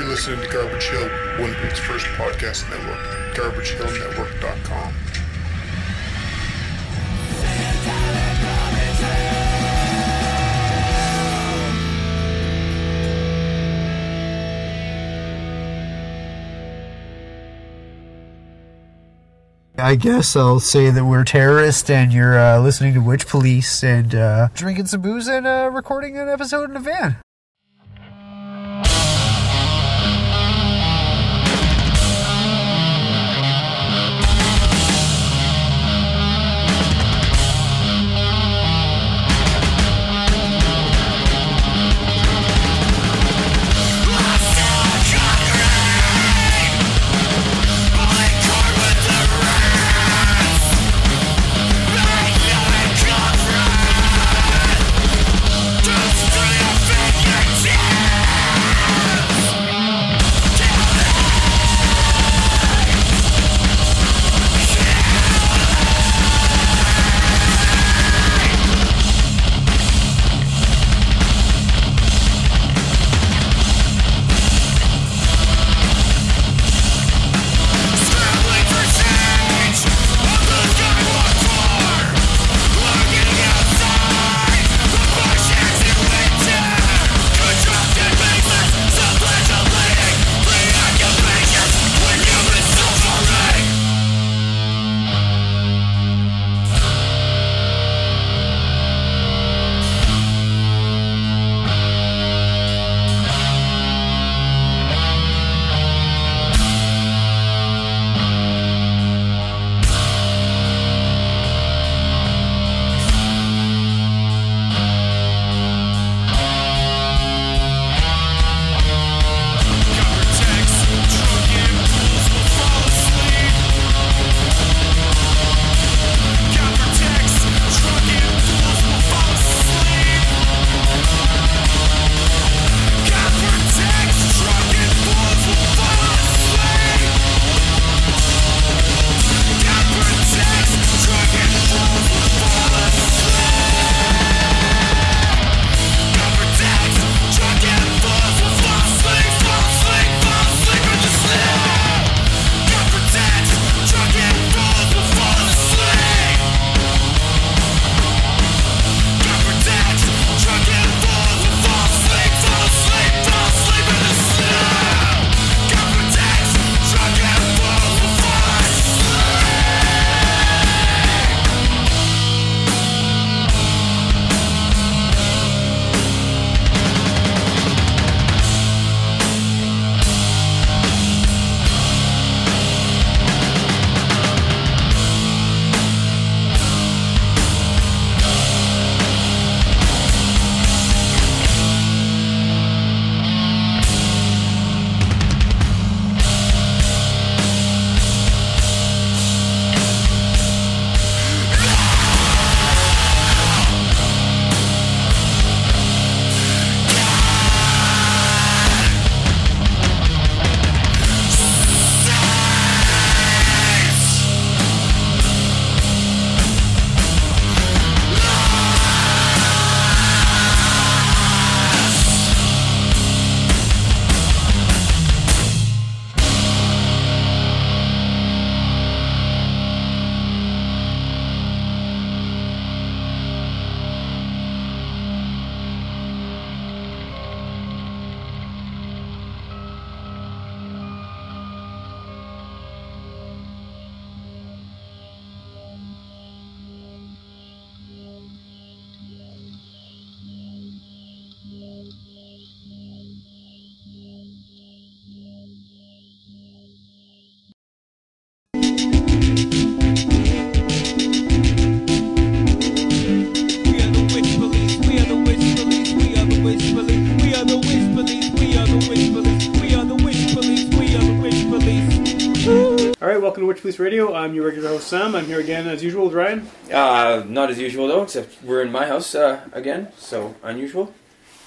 listening to Garbage Hill, Winnipeg's first podcast network, garbagehillnetwork.com. I guess I'll say that we're terrorists and you're uh, listening to Witch Police and uh, drinking some booze and uh, recording an episode in a van. We are the witch police. We are the witch police. We are the witch police. We are the witch police. We are the witch police. We are the witch police. We are the witch police. All right, welcome to Witch Police Radio. I'm your regular host Sam. I'm here again as usual with Ryan. Uh, not as usual though, except we're in my house uh, again, so unusual,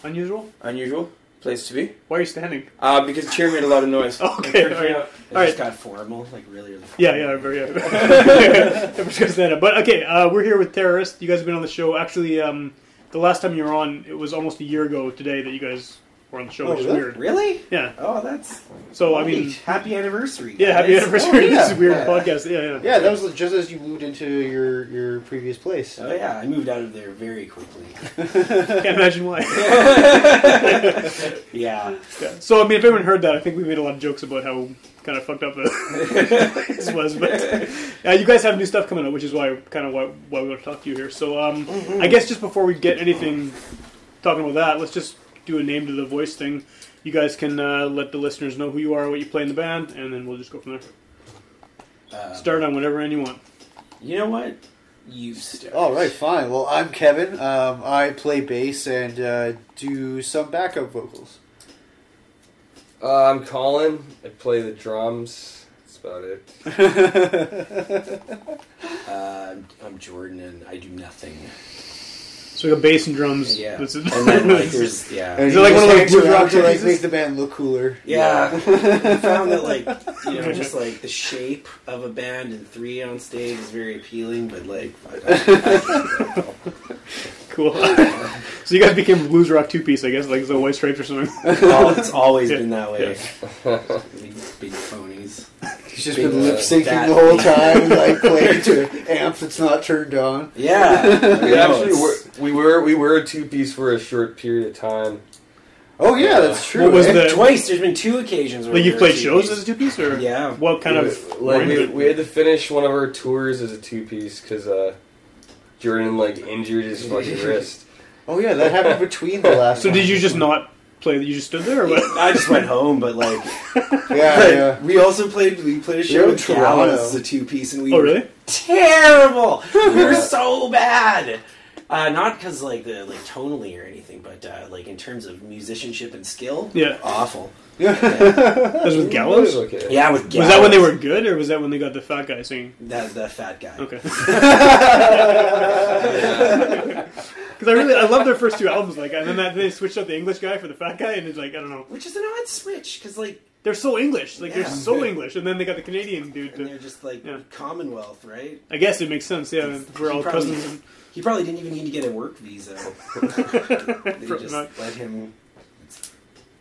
Unusual. unusual place to be. Why are you standing? Uh, because the chair made a lot of noise. Okay. All right. It All right. just got formal, like really, really. Yeah, yeah, very. Yeah. Never discussed that. But okay, uh, we're here with terrorists. You guys have been on the show. Actually, um, the last time you were on, it was almost a year ago today that you guys were on the show, Oh, which is really? weird. Really? Yeah. Oh, that's. So I Holy- mean, happy anniversary. yeah, happy guys. anniversary. Oh, yeah. This is a weird Yeah. podcast. Yeah, yeah. Yeah, that was just as you moved into your your previous place. Oh yeah, I moved out of there very quickly. Can't imagine why. Yeah. Yeah. So I mean, if everyone heard that, I think we made a lot of jokes about how kind of fucked up the this was. But uh, you guys have new stuff coming out, which is why kind of why, why we want to talk to you here. So um, Mm-hmm. I guess just before we get anything talking about that, let's just do a name to the voice thing. You guys can uh, let the listeners know who you are, what you play in the band, and then we'll just go from there. Um, Start on whatever end you want. You know what? You start. All right, fine. Well, I'm Kevin. Um, I play bass and uh, do some backup vocals. Uh, I'm Colin. I play the drums. That's about it. Uh, I'm Jordan, and I do nothing. So we got bass and drums. Yeah. That's it. And then like there's yeah. And Is it like just one of those hangs Blue around Rock to like Joneses? make the band look cooler? Yeah, I found that like you know just like the shape of a band and three on stage is very appealing, but like I- I- cool. so you guys became blues rock two piece, I guess, like the White Stripes or something. Well, it's always been that way. Big, big phonies. He's just Big, been uh, lip syncing that- the whole time, like playing to an amp that's not turned on. Yeah, We I know, actually it's- were, we were we were a two piece for a short period of time. Oh yeah, that's true. What was eh? the- twice. There's been two occasions where Like you've we played were shows two-piece. as a two piece, or Yeah. What kind We- of like we, arrangement? we had to finish one of our tours as a two piece because uh, Jordan like injured his fucking wrist. Oh yeah, that happened between the last. So one. did you just not play? You just stood there, or what? I just went home, but like, Yeah, but yeah. we also played. We played a You're show in in Toronto Toronto. as a two piece, and we Oh were really? terrible. we were so bad. Uh, not because like the like tonally or anything, but uh, like in terms of musicianship and skill, Yeah. awful. That was with It was Gallows. Was okay. Yeah, with Gallows. that when they were good, or was that when they got the fat guy singing? that that fat guy? Okay. Because I really I love their first two albums, like, and then that, they switched out the English guy for the fat guy, and it's like I don't know, Which is an odd switch because like they're so English, like Yeah. they're so English, and then they got the Canadian dude. and they're To, just like Yeah. Commonwealth, right? I guess it makes sense. Yeah, we're He all probably- cousins. And, He probably didn't even need to get a work visa. they Probably just not. let him. It's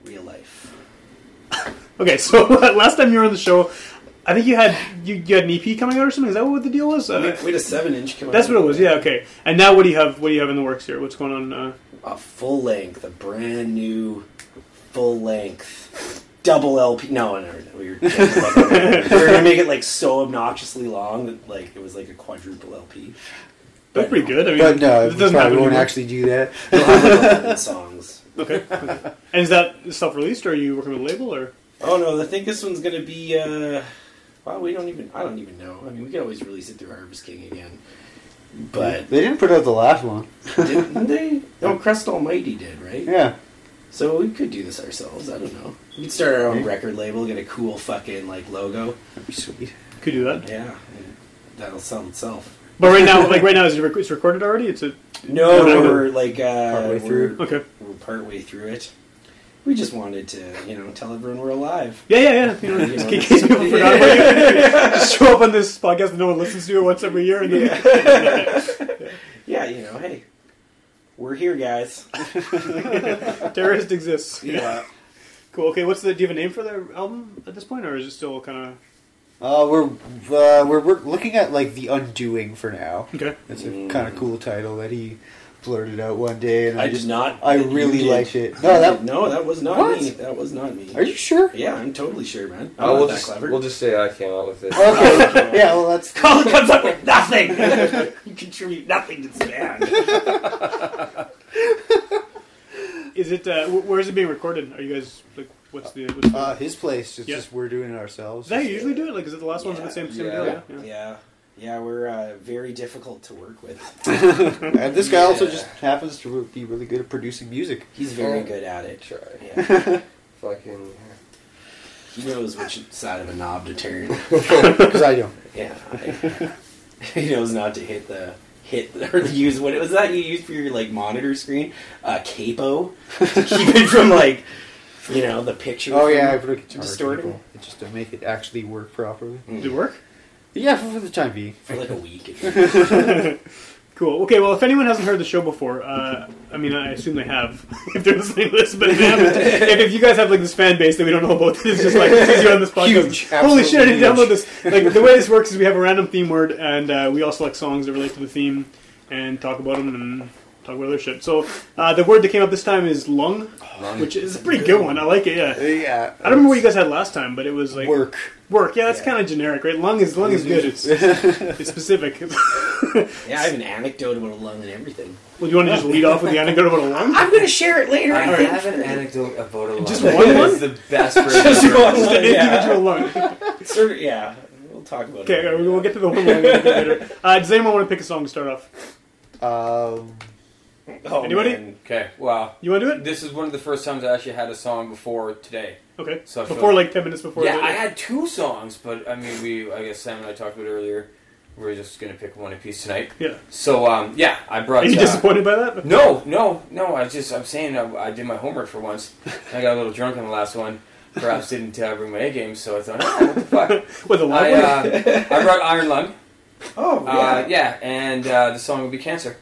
real life. okay, so last time you were on the show, I think you had you, you had an EP coming out or something. Is that what the deal was? Uh, we, we had a seven inch come out. That's what it was. Yeah. Okay. And now, what do you have? What do you have in the works here? What's going on? Uh, A full length, a brand new full length double LP. No, no, no we were joking about that. We were gonna make it like so obnoxiously long that like it was like a quadruple LP. that's pretty good. I mean, But no, it we doesn't happen probably won't anymore. actually do that. It'll have, like, 11 songs. Okay. okay. And is that self-released, or are you working with a label, or Oh no, I think this one's gonna be. uh Well, we don't even. I don't even know. I mean, we could always release it through Harvest King again. But They didn't put out the last one. didn't they? No, Crest Almighty did, right? Yeah. So we could do this ourselves. I don't know. We could start our own record label, get a cool fucking like logo. Sweet. could do that? Yeah, and that'll sell itself. But right now, like right now, is it rec- it's recorded already? It's a No, No, no. we're like uh, Partway through. We're, okay. we're partway through it. We just wanted to, you know, tell everyone we're alive. Yeah, yeah, yeah. You know, just in case people forgot about you. just show up on this podcast that no one listens to once every year, and then Yeah, you know, hey, we're here, guys. terrorist exists. Yeah, Cool. Okay. What's the? Do you have a name for the album at this point, or is it still kind Uh, we're uh, we're we're looking at like the undoing for now. of okay? It's a kind of cool title that he blurted out one day, and I, Mm. I just did not. I you really did. liked it. No, that no, that was not What? me. That was not me. are you sure? Yeah, I'm totally sure, man. I'm Uh, not we'll that just clever. we'll just say I came up with it. Okay. yeah. Well, that's Colin comes up with nothing. you contribute nothing to this band. Is it? Uh, wh- where is it being recorded? Are you guys like? What's the? What's the uh, his place. It's Yeah. just we're doing it ourselves. is that how you usually do it? Like, is it the last one's at the same same Yeah. deal? Yeah. yeah. Yeah, yeah, we're uh, very difficult to work with. And this guy also Yeah. just happens to be really good at producing music. He's very Oh. good at it. Try Yeah, fucking. he knows which side of a knob to turn. Because I don't. Yeah, I- he knows not to hit the hit the- or use what was that you used for your like monitor screen? Uh, capo to keep it from like you know the picture. Oh from- yeah, I put a guitar Distorted? cable. It just to make it actually work properly. Did it work? Yeah, for, for the time being. for like a week. It- Cool. Okay, well, if anyone hasn't heard the show before, uh, I mean, I assume they have if they're listening to this. But if, they haven't, if, if you guys have like this fan base that we don't know about, it's just like it's easier on this podcast. Huge. Holy shit! I Absolutely didn't download this. Like the way this works is we have a random theme word, and uh, we all select songs that relate to the theme and talk about them and talk about other shit. So uh, the word that came up this time is lung, which is a pretty good one. I like it. Yeah. Yeah. I don't remember what you guys had last time, but it was like Oh, Work. work. Yeah, that's Yeah. kind of generic, right? Lung is lung is good. It's, it's specific. Yeah, I have an anecdote about a lung and everything. Well, do you want to just lead off with the anecdote about a lung? I'm gonna share it later. I All right. have an anecdote about a lung. Just one lung? It's the best version. Just an individual lung. Sure, yeah, we'll talk about Okay, it. okay, we'll get to the one lung a little bit later. Uh, does anyone want to pick a song to start off? Um, Oh, Anybody? man. Okay, wow. You want to do it? This is one of the first times I actually had a song before today. Okay. So I feel Before, like, 10 minutes before. yeah, the- I had two songs, but I mean, we I guess Sam and I talked about it earlier. We are just gonna pick one apiece tonight. Yeah. So um, yeah, I brought. Are you uh, disappointed by that? no, no, no. I just I'm saying I, I did my homework for once. I got a little drunk on the last one. Perhaps didn't uh, bring my A game, so I thought, oh, what the fuck. With a lung? I, uh, I brought Iron Lung. Oh, yeah. Uh, yeah, and uh, the song would be Cancer.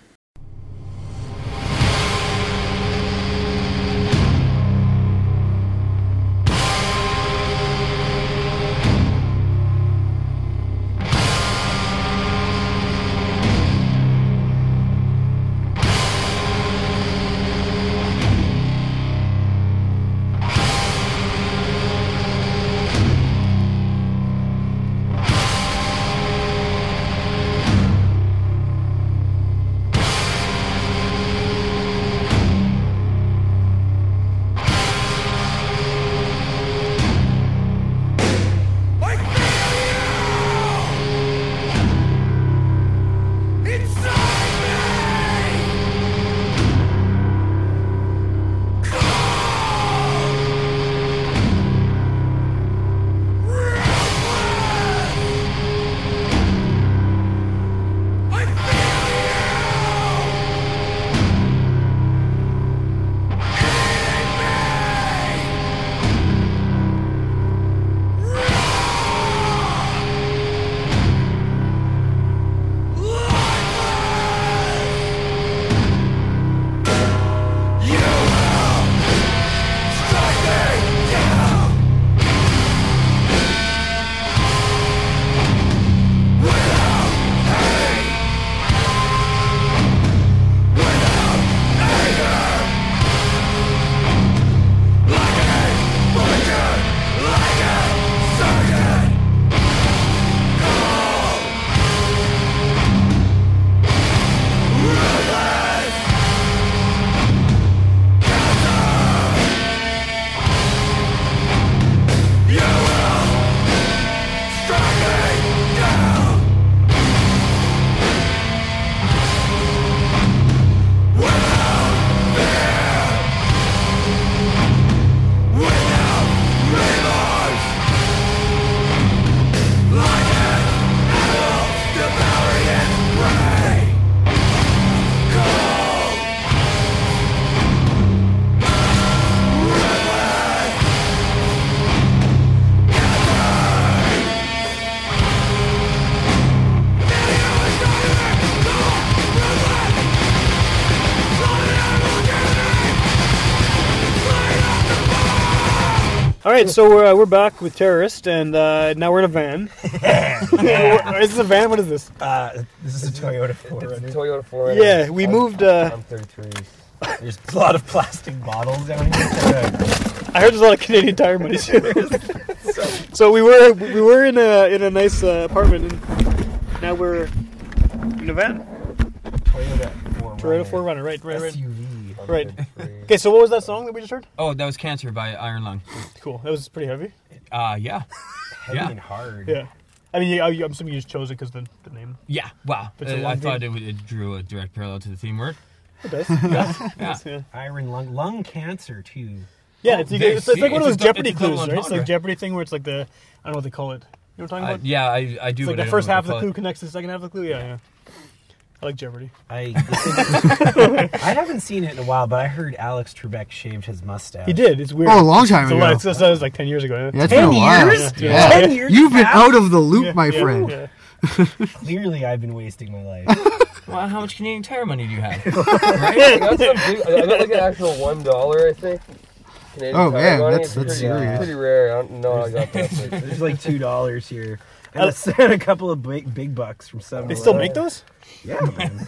All right, so we're, uh, we're back with Terrorist, and uh, now we're in a van. is this a van? What is this? uh, this is a Toyota 4Runner. Toyota 4 Yeah, we moved, uh, I'm 33. There's a lot of plastic bottles down here. I heard there's a lot of Canadian Tire money. so we were we were in a in a nice uh, apartment, and now we're in a van. Toyota 4Runner. Toyota 4Runner, right, right, right. SUV. Right. Okay, so what was that song that we just heard? Oh, that was Cancer by Iron Lung. Cool. That was pretty heavy. Uh, yeah. Heavy Yeah. and hard. Yeah. I mean, yeah, you- I'm assuming you just chose it because the, the name. Yeah, wow. It's a Uh, I long thought it, it drew a direct parallel to the theme word. It does. Yeah. Yeah, Iron lung lung cancer too. yeah it's, you They get- it's, it's like see- one of it's those a dou- Jeopardy it's a double clues, right? It's like entendre. Jeopardy thing where it's like the I don't know what they call it. You know what I'm talking about? yeah, I, I do. It's like the first half of the clue connects to the second half of the clue. Yeah, yeah. I like Jeopardy. I I haven't seen it in a while, but I heard Alex Trebek shaved his mustache. He did. It's weird. Oh, a long time So ago. it's, it's, it's like ten years ago. Yeah, it's Ten been a while. years? Yeah. Yeah. Ten years. You've been now? out of the loop, my Yeah, friend. yeah. Clearly, I've been wasting my life. well, how much Canadian Tire money do you have? I got some big- I got like an actual one dollar, I think. Canadian Oh, Tire man, money. that's- that's It's pretty, serious. Pretty rare. I don't know. how I got that. There's like two dollars here. And a, and a couple of big, big bucks from seven. Oh. They still make those? Yeah, man.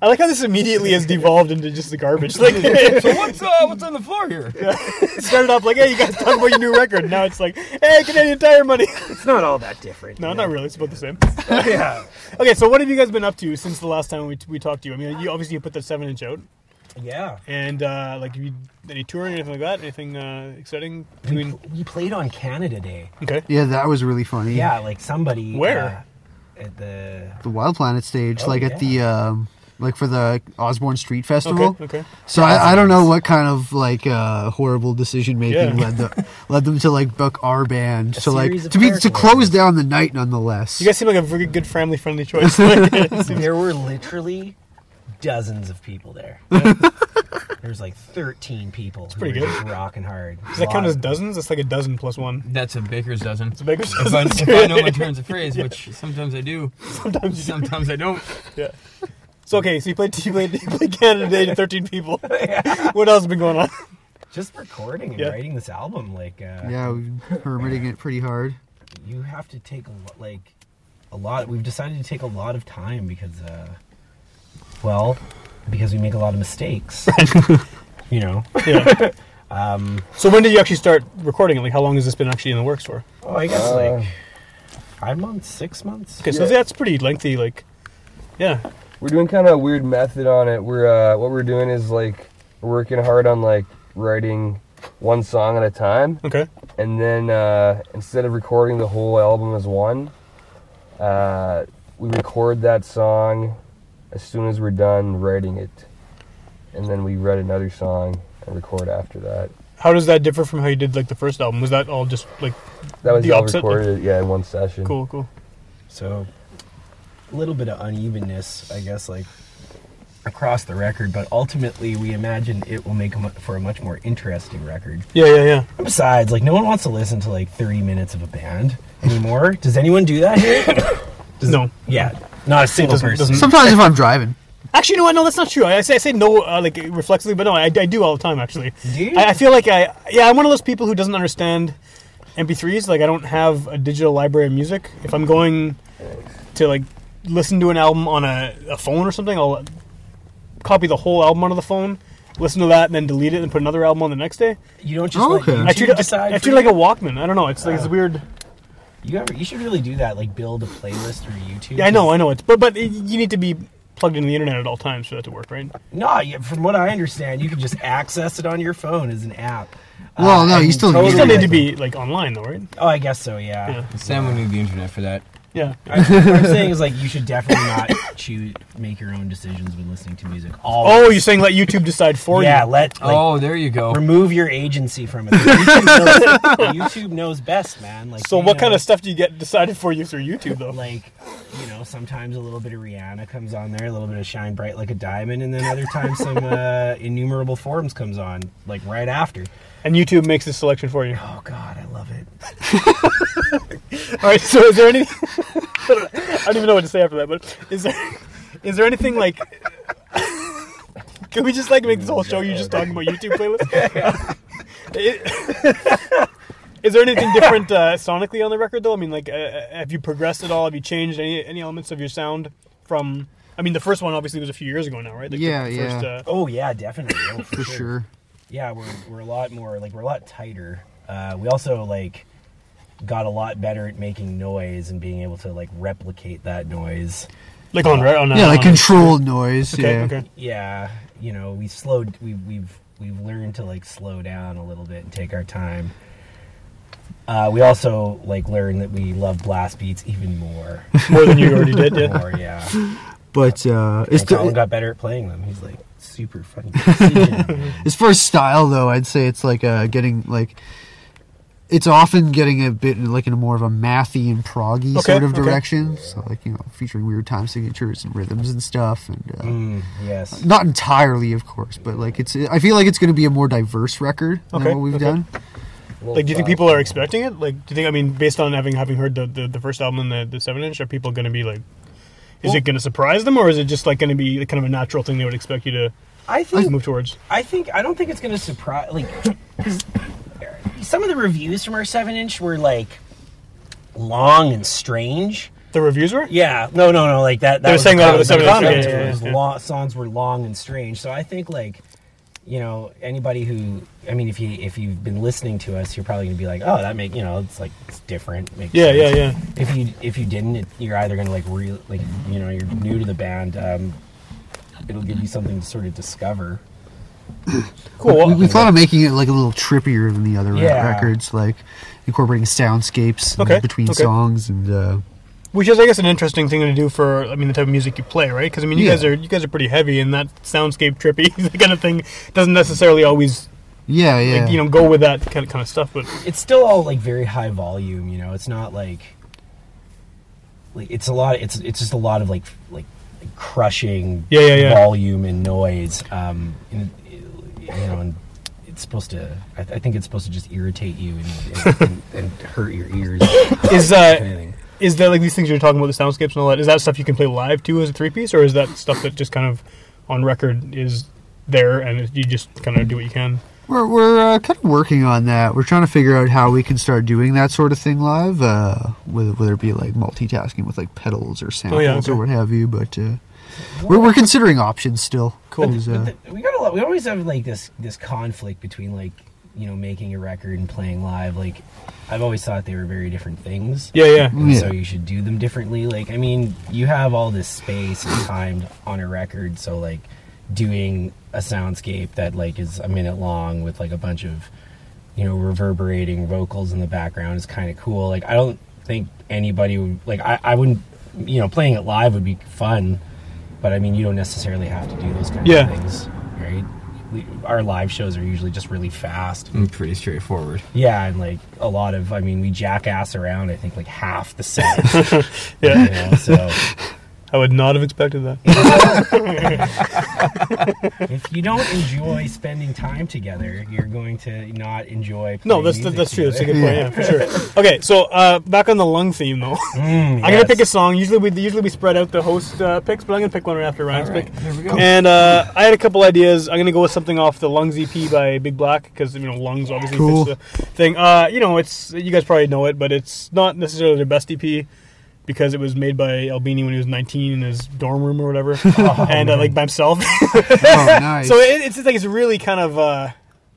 I like how this immediately has devolved into just the garbage. Like so it what's uh, what's on the floor here? started off like, "Hey, you guys talk about your new record." Now it's like, "Hey, Canadian Tire money." it's not all that different. No, you not know? really. It's about the same. Yeah, Okay, so what have you guys been up to since the last time we, we talked to you? I mean, you obviously you put the seven inch out, yeah. and uh, like, have you any touring, anything like that? Anything uh, exciting? We, Between we played on Canada Day. okay, Yeah, that was really funny. Yeah, like somebody. Where? uh, at the The Wild Planet stage, Oh, like at the um, like for the Osborne Street Festival. okay, okay. So I, I don't know what kind of like uh, horrible decision making Yeah. led the, led them to like book our band to like series of to be to character close down the night nonetheless. You guys seem like a very good family friendly choice. Like, it seems- there were literally dozens of people there. There's like 13 people. It's pretty good. Just rocking hard. Does that count as dozens? That's like a dozen plus one. That's a baker's dozen. It's a bigger If I, if I know my turns of phrase, which sometimes I do, Sometimes you- sometimes I don't. So okay, so you played you played, you played Canada Day to thirteen people. What else has been going on? just recording and Yeah. writing this album. Like, uh, yeah, we've been hermiting it pretty hard. you have to take a lot, like a lot. We've decided to take a lot of time because, uh, well, because we make a lot of mistakes. you know. Yeah. Um, So when did you actually start recording it? Like how long has this been actually in the works for? oh, I guess Uh, like five months, six months. Okay, so that's pretty lengthy. Like, yeah, We're doing kind of a weird method on it. We're uh, what we're doing is like we're working hard on like writing one song at a time, okay, and then uh, instead of recording the whole album as one, uh, we record that song as soon as we're done writing it, and then we write another song and record after that. How does that differ from how you did like the first album? Was that all just like That was The all opposite? recorded, yeah, in one session. cool, cool? So a little bit of unevenness, I guess, like across the record, but ultimately we imagine it will make a mu- for a much more interesting record. Yeah, yeah, yeah. And besides, like no one wants to listen to like 30 minutes of a band anymore. Does anyone do that here? no, yeah, not a single doesn't- person. doesn't- Sometimes if I'm driving, actually, no, no, that's not true. I, I say I say no, uh, like reflexively, but no, I, I do all the time actually. Do you? I, I feel like I yeah, I'm one of those people who doesn't understand MP3s. Like I don't have a digital library of music. If I'm going to like listen to an album on a, a phone or something, I'll copy the whole album onto the phone, listen to that, and then delete it and put another album on the next day. You don't just Oh, like okay. YouTube I treat it decide. I, I for treat you? it like a Walkman. I don't know. It's like it's weird. you, ever, you should really do that. Like build a playlist through YouTube. Yeah, I know, I know. It's but but it, you need to be plugged into the internet at all times for that to work, right? No, you- from what I understand, you can just access it on your phone as an app. Uh, Well, no, you and still You Totally still need to like- be like online though, right? Oh, I guess so. Yeah. Yeah. Sam would need the internet for that. Yeah. I, what I'm saying is like you should definitely not choose make your own decisions when listening to music. Always. Oh, you're saying let YouTube decide for you? yeah, let like, oh, there you go. remove your agency from it. YouTube knows, YouTube knows best, man. Like So they what know, kind of stuff do you get decided for you through YouTube though? Like you know, sometimes a little bit of Rihanna comes on there, a little bit of Shine Bright Like a Diamond, and then other times some uh, innumerable forms comes on like right after. And YouTube makes the selection for you. Oh God, I love it. All right. So is there any? I don't even know what to say after that. But is there is there anything like? Can we just like make this whole show you just talking about YouTube playlist? It- Is there anything different uh, sonically on the record though? I mean, like, uh, uh, have you progressed at all? Have you changed any any elements of your sound from? I mean, the first one obviously was a few years ago now, right? Like, the Yeah, first, yeah. Uh, Oh yeah, definitely. Oh, for sure. yeah we're, we're a lot more like we're a lot tighter uh, we also like got a lot better at making noise and being able to like replicate that noise like on, on, on Yeah, like on- controlled noise. Uh, Okay, yeah. okay. yeah you know we slowed we, we've we've learned to like slow down a little bit and take our time uh, we also like learned that we love blast beats even more More than you already did. Yeah. more yeah But uh, as, and Colin to, got better at playing them he's like super fucking precision, man. as far as style though, I'd say it's like uh, getting like it's often getting a bit like in a more of a mathy and proggy Okay, sort of okay. direction. So like you know, featuring weird time signatures and rhythms and stuff, and uh, Mm, yes not entirely, of course, but like it's. I feel like it's going to be a more diverse record than Okay, what we've okay. done. Like, do you think people are expecting it? Like, do you think? I mean, based on having having heard the the, the first album and the the seven inch, are people going to be like? Is it going to surprise them, or is it just like going to be kind of a natural thing they would expect you to I to think move towards? I think I don't think it's gonna surprise like 'cause some of the reviews from our seven inch were like long and strange. The reviews were. Yeah, no, no, no, like that. that They were was saying the that over the comment. seven That inch was- games, it was yeah. long, songs were long and strange. So I think like you know anybody who I mean if you if you've been listening to us, you're probably gonna be like, oh, that make you know it's like it's different. Makes Yeah, sense. yeah, yeah. If you if you didn't, it, you're either gonna like re like you know you're new to the band. Um, it'll give you something to sort of discover. Cool. we, we thought of making it like a little trippier than the other re- Yeah. records, like incorporating soundscapes Okay, between okay. songs and uh, Which is, I guess, an interesting thing to do for, I mean, the type of music you play, right? Because I mean, you Yeah. guys are you guys are pretty heavy, and that soundscape trippy that kind of thing doesn't necessarily always, yeah, yeah. like, you know, go with that kind of, kind of stuff. But it's still all like very high volume you know it's not like like it's a lot it's it's just a lot of like f- like crushing Yeah, yeah, yeah. volume and noise um and, you know and it's supposed to I, th- I think it's supposed to just irritate you and, and, and, and hurt your ears is uh, anything is that like these things you're talking about, the soundscapes and all that? Is that stuff you can play live too as a three piece, or is that stuff that just kind of on record is there and you just kind of do what you can? We're, we're uh, kind of working on that. We're trying to figure out how we can start doing that sort of thing live, uh, whether, whether it be like multitasking with like pedals or samples or Oh, okay. what have you. But uh, we're, we're considering options still. uh, Cool. we got a lot we always have like this this conflict between like you know making a record and playing live like i've always thought they were very different things Yeah, yeah. And Yeah. so you should do them differently. Like, I mean, you have all this space and time on a record, so like doing a soundscape that like is a minute long with like a bunch of you know reverberating vocals in the background is kind of cool. Like, I don't think anybody would like. I I wouldn't. You know, playing it live would be fun, but I mean, you don't necessarily have to do those kind Yeah. of things, right? We, our live shows are usually just really fast. pretty straightforward. Yeah, and like a lot of, I mean, we jackass around. I think like half the set. Yeah, you know, so I would not have expected that. if you don't enjoy spending time together, you're going to not enjoy. No, playing that's music that's true. That's a together. good point. Yeah, for sure. Okay, so uh, back on the lung theme though. Mm, I'm gonna yes. pick a song. Usually we usually we spread out the host uh, picks, but I'm gonna pick one right after Ryan's Alright, pick. there we go. And uh, I had a couple ideas. I'm gonna go with something off the Lungs EP by Big Black because you know Lungs obviously Cool. fits the thing. Uh, you know, it's you guys probably know it, but it's not necessarily their best EP because it was made by Albini when he was 19 in his dorm room or whatever, and uh, like by himself. Oh, nice. So it, it's it's like it's really kind of. Uh,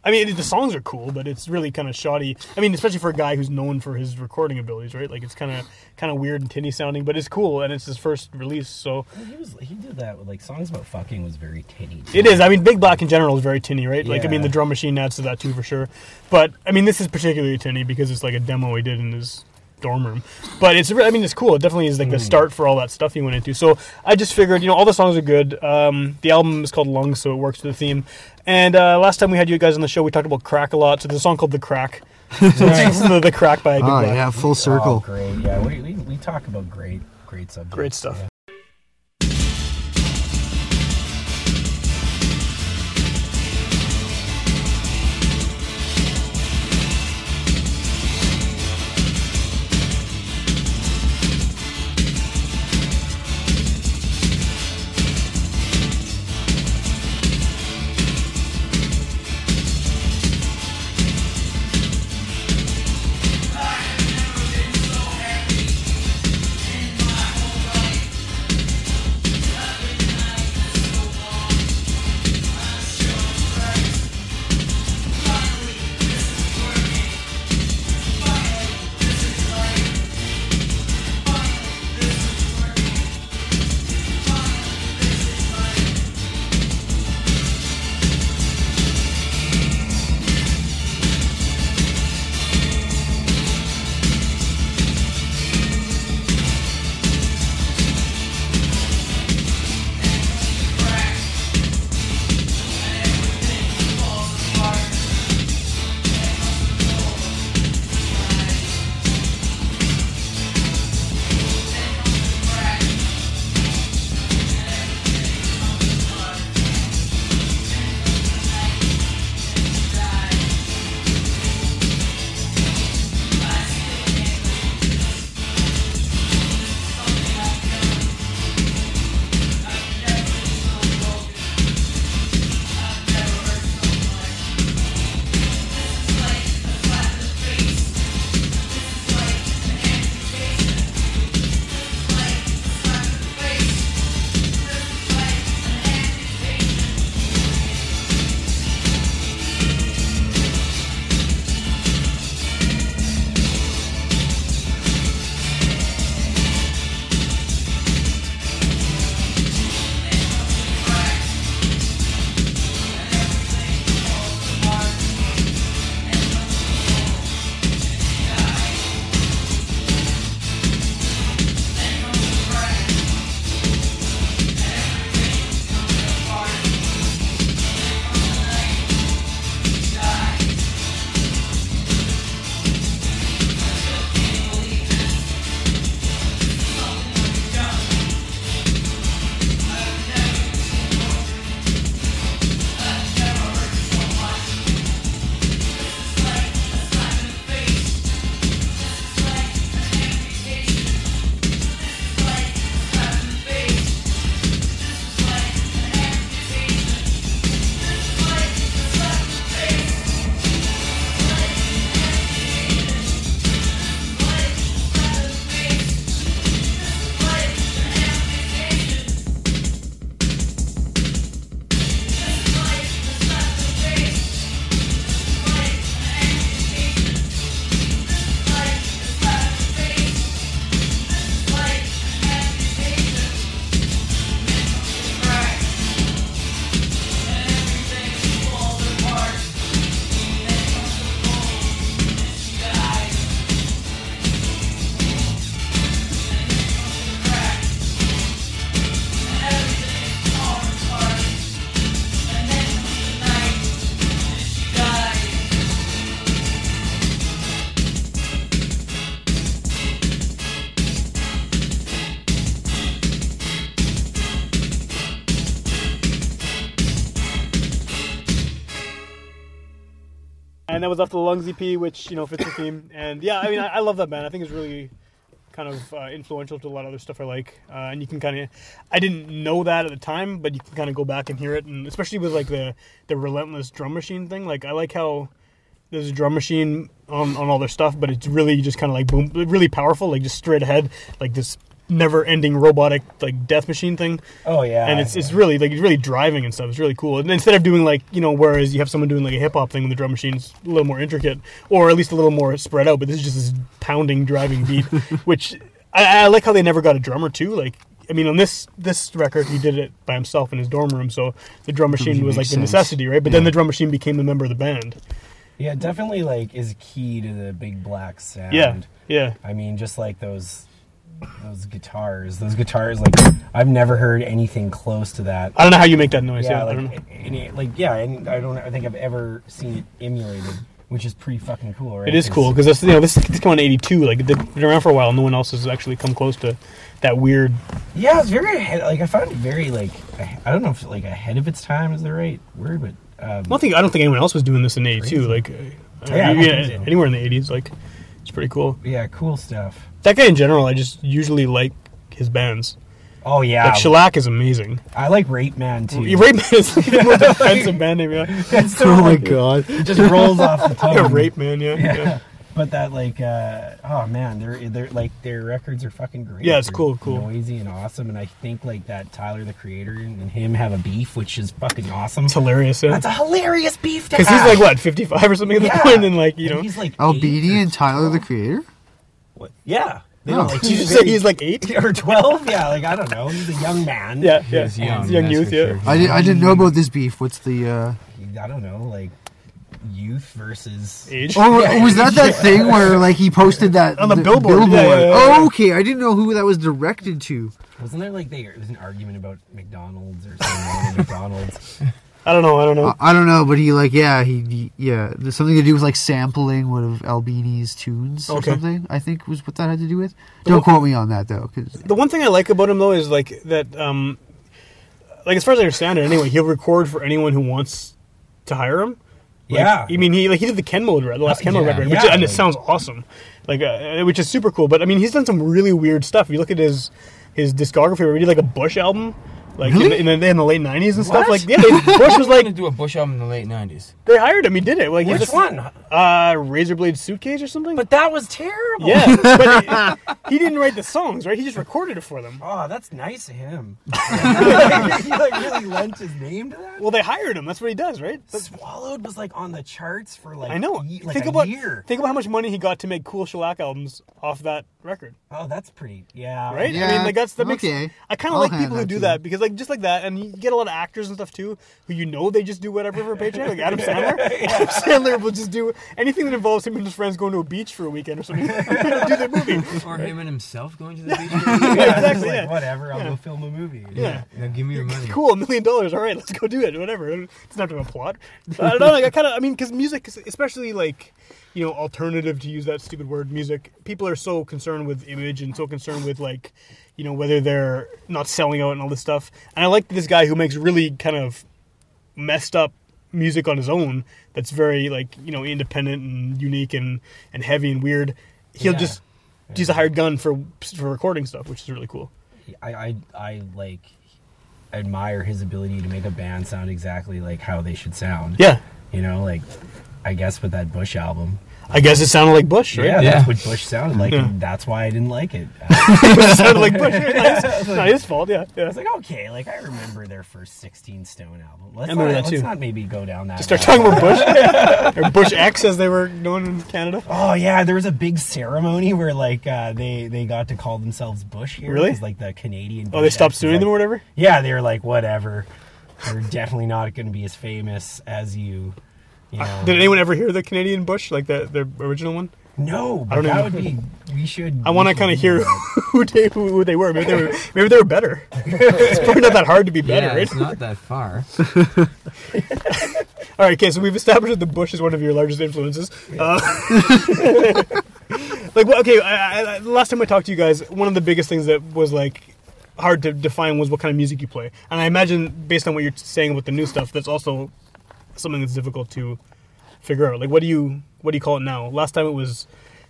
I mean, the songs are cool, but it's really kind of shoddy. I mean, especially for a guy who's known for his recording abilities, right? Like it's kind of kind of weird and tinny sounding, but it's cool, and it's his first release, so He, was, he did that with like songs about fucking was very tinny. it is. I mean, Big Black in general is very tinny, right? Like I mean, Yeah. the drum machine adds to that too for sure. But I mean, this is particularly tinny because it's like a demo he did in his dorm room. But it's re- I mean, it's cool. It definitely is like the start for all that stuff he went into. So I just figured, you know, all the songs are good. Um, the album is called Lungs, so it works with the theme. And uh, last time we had you guys on the show, we talked about crack a lot. So there's a song called "The Crack." So it's the, the crack by Big oh, Black. yeah, full Oh, circle. great. Yeah, we, we, we talk about great, great subjects. Great stuff. I And that was off the Lungs EP, which, you know, fits the theme. And yeah, I mean, I, I love that band. I think it's really kind of uh, influential to a lot of other stuff I like. Uh, and you can kind of, I didn't know that at the time, but you can kind of go back and hear it. And especially with like the, the relentless drum machine thing. Like, I like how there's a drum machine on, on all their stuff, but it's really just kind of like boom, really powerful, like just straight ahead, like this never ending robotic like death machine thing Oh yeah, and it's, it's really like it's really driving and stuff. It's really cool. And instead of doing like you know, whereas you have someone doing like a hip hop thing with the drum machine's a little more intricate, or at least a little more spread out. But this is just this pounding driving beat, which I, I like how they never got a drummer too. Like I mean, on this this record, he did it by himself in his dorm room, so the drum machine was like makes the sense. necessity, right? But then the drum machine became a member of the band. yeah, definitely like is key to the big black sound. Yeah, yeah. I mean, just like those those guitars, those guitars. Like I've never heard anything close to that. I don't know how you make that noise. Yeah, yeah, I don't know. like, and it, like yeah, and I don't I think I've ever seen it emulated, which is pretty fucking cool, right? It is cool because that's you know this this came out in '82. Like they've been around for a while. No one else has actually come close to that weird Yeah, it's very ahead. Like I found it very like I I don't know if like ahead of its time is the right word, but um, I don't think I don't think anyone else was doing this in '82. Like, uh, Yeah, I don't yeah, think so. anywhere in the '80s, like it's pretty cool. yeah, cool stuff. That guy in general, I just usually like his bands. Oh yeah, Like Shellac is amazing. I like Rape Man too. Rape Man is the most offensive band name. Yeah, It's so, Oh my like, god. it just rolls off the tongue. yeah Rape Man. Yeah, yeah. Yeah. But that like uh, oh man, they're they're like their records are fucking great. Yeah, it's They're cool, cool. noisy and awesome. And I think like that Tyler the Creator and, and him have a beef, which is fucking awesome. it's hilarious. Yeah, That's a hilarious beef to because he's like what 55 or something at this Yeah. point, and like you And know, he's like Albini eight or Oh, and Tyler the Creator? What? Yeah. They Oh. don't like did you say he's like eight? or twelve? Yeah, like I don't know. He's a young man. Yeah, yeah, He's young, He's young that's youth. for Yeah, sure. I, did, I didn't know about this beef. What's the. uh I don't know, like youth versus age. Oh, was that that thing where like he posted that On the billboard. Yeah, yeah, yeah, Oh, yeah. okay. I didn't know who that was directed to. wasn't there like they it was an argument about McDonald's or something about McDonald's. I don't know. I don't know. I- I don't know, but he like yeah he, he yeah there's something to do with like sampling one of Albini's tunes or Okay. Oh. something. I think was what that had to do with. Don't quote me on that though, because The one thing I like about him though is like that um like as far as I understand it anyway, he'll record for anyone who wants to hire him. Like, Yeah. Uh, I mean he like he did the Ken Mode re- the last Ken Mode yeah, record, which yeah, and it like- sounds awesome. Like uh, which is super cool, but I mean he's done some really weird stuff. If you look at his his discography where he did like a Bush album like Really? in, in, the, in the late 90s and stuff What? like yeah they, Bush was Like to like do a Bush album in the late '90s. they hired him he did it like he Which just- one? uh Razorblade Suitcase or something But that was terrible. yeah but he, he didn't write the songs right he just recorded it for them Oh, that's nice of him. he like really lent his name to that. well they hired him that's what he does right That's- Swallowed was like on the charts for like I know. ye- like think a about year. think about how much money he got to make cool shellac albums off that record, oh, that's pretty. Yeah. right? I Yeah, mean, like that's that makes. okay. I kind I'll of like hand people who that do to that him. because like just like that, and you get a lot of actors and stuff too who you know they just do whatever for a paycheck. Like Adam Sandler, Adam Sandler will just do anything that involves him and his friends going to a beach for a weekend or something. do the movie. Or him and himself going to the beach. Yeah, It's exactly. like, yeah. Whatever. I'll go film a movie. Yeah. now give me your money. Cool, a million dollars. All right, let's go do it. Whatever. It doesn't have to have a plot. I don't know. Like, I kind of, I mean, because music, is- especially like, you know, alternative to use that stupid word, music. People are so concerned with image and so concerned with like, you know, whether they're not selling out and all this stuff. And I like this guy who makes really kind of messed up music on his own. That's very like, you know, independent and unique and and heavy and weird. He'll Yeah. just he's a hired gun for for recording stuff, which is really cool. I, I I like admire his ability to make a band sound exactly like how they should sound. Yeah. You know, like I guess with that Bush album. I guess it sounded like Bush, right? Yeah, Yeah. that's what Bush sounded like, and that's why I didn't like it. I sounded like Bush. It's not his, not his fault. Yeah, yeah. was like, okay, like I remember their first Sixteen Stone album. Let's, I remember not, that let's too. not maybe go down that. Start route. talking about Bush or Bush X, as they were known in Canada. Oh yeah, there was a big ceremony where like uh, they they got to call themselves Bush here. Really? 'cause, Like the Canadian. Oh, they Bush stopped acts is, suing like- them or whatever. Yeah, they were like, whatever. They're definitely not going to be as famous as you. You know. Uh, Did anyone ever hear the Canadian Bush, like the their original one? No, but don't that even- would be. We should. I want to we should kind of do hear that. who they who they were. Maybe they were maybe they were better. It's probably not that hard to be better, Yeah, right? it's not that far. All right, okay. So we've established that the Bush is one of your largest influences. Uh, like, well, okay. I, I, I- last time I talked to you guys, one of the biggest things that was like hard to define was what kind of music you play. And I imagine, based on what you're saying about the new stuff, that's also something that's difficult to figure out. Like, what do you what do you call it now? Last time it was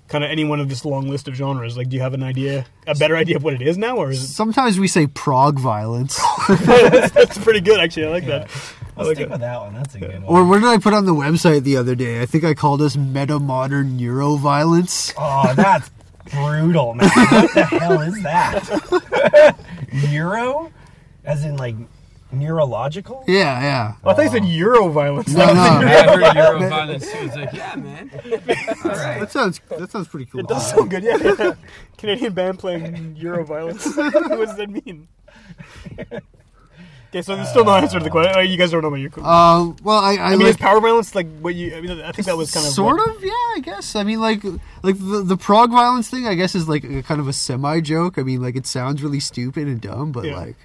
kind of any one of this long list of genres. Like, do you have an idea, a better idea of what it is now, or is it? Sometimes we say prog violence. That's pretty good, actually. I like that. I I'll like stick it. with that one. That's a good one. or what did I put on the website the other day? I think I called us meta modern neuroviolence. Oh, that's brutal, man. What the hell is that? Neuro? As in, like, neurological? Yeah, yeah. I thought you said Euro violence. No, no. I heard Euro violence too. It's like, yeah, man. That sounds that sounds pretty cool. It does sound good, yeah. yeah. Canadian band playing Euro violence. what does that mean? Okay, so there's still no answer to the question. Oh, You guys don't know what you're. I Uh, well, I, I, mean, like, is power violence like what you? I mean, I think that was kind of sort what- of yeah i guess i mean like like the, the prog violence thing i guess is like a kind of a semi joke i mean like it sounds really stupid and dumb but Yeah. like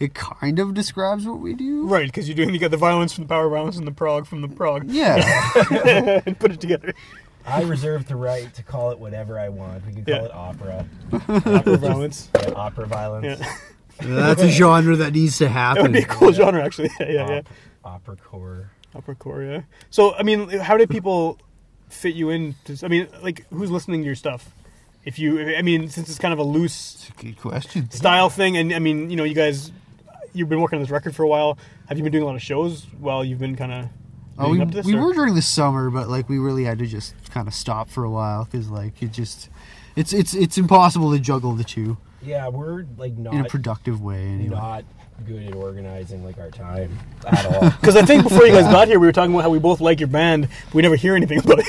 it kind of describes what we do right because you're doing you got the violence from the power violence and the prog from the prog. yeah and put it together. I reserve the right to call it whatever I want. We can call Yeah. it opera. Opera violence. Yeah, opera violence. Yeah. that's a genre that needs to That would happen be a cool genre, actually. Yeah, yeah, yeah. Op- opera core. Upper core, yeah. So, I mean, how do people fit you in? To, I mean, like, who's listening to your stuff? If you, I mean, since it's kind of a loose good question style thing, and I mean, you know, you guys, you've been working on this record for a while. Have you been doing a lot of shows while you've been kind of Uh, we, up to this? we or- were during the summer, but like we really had to just kind of stop for a while because like it just it's it's it's impossible to juggle the two Yeah, we're, like, not, in a productive way. Anyway. not good at organizing, like, our time at all. Because I think before you guys got here, we were talking about how we both like your band, but we never hear anything about it.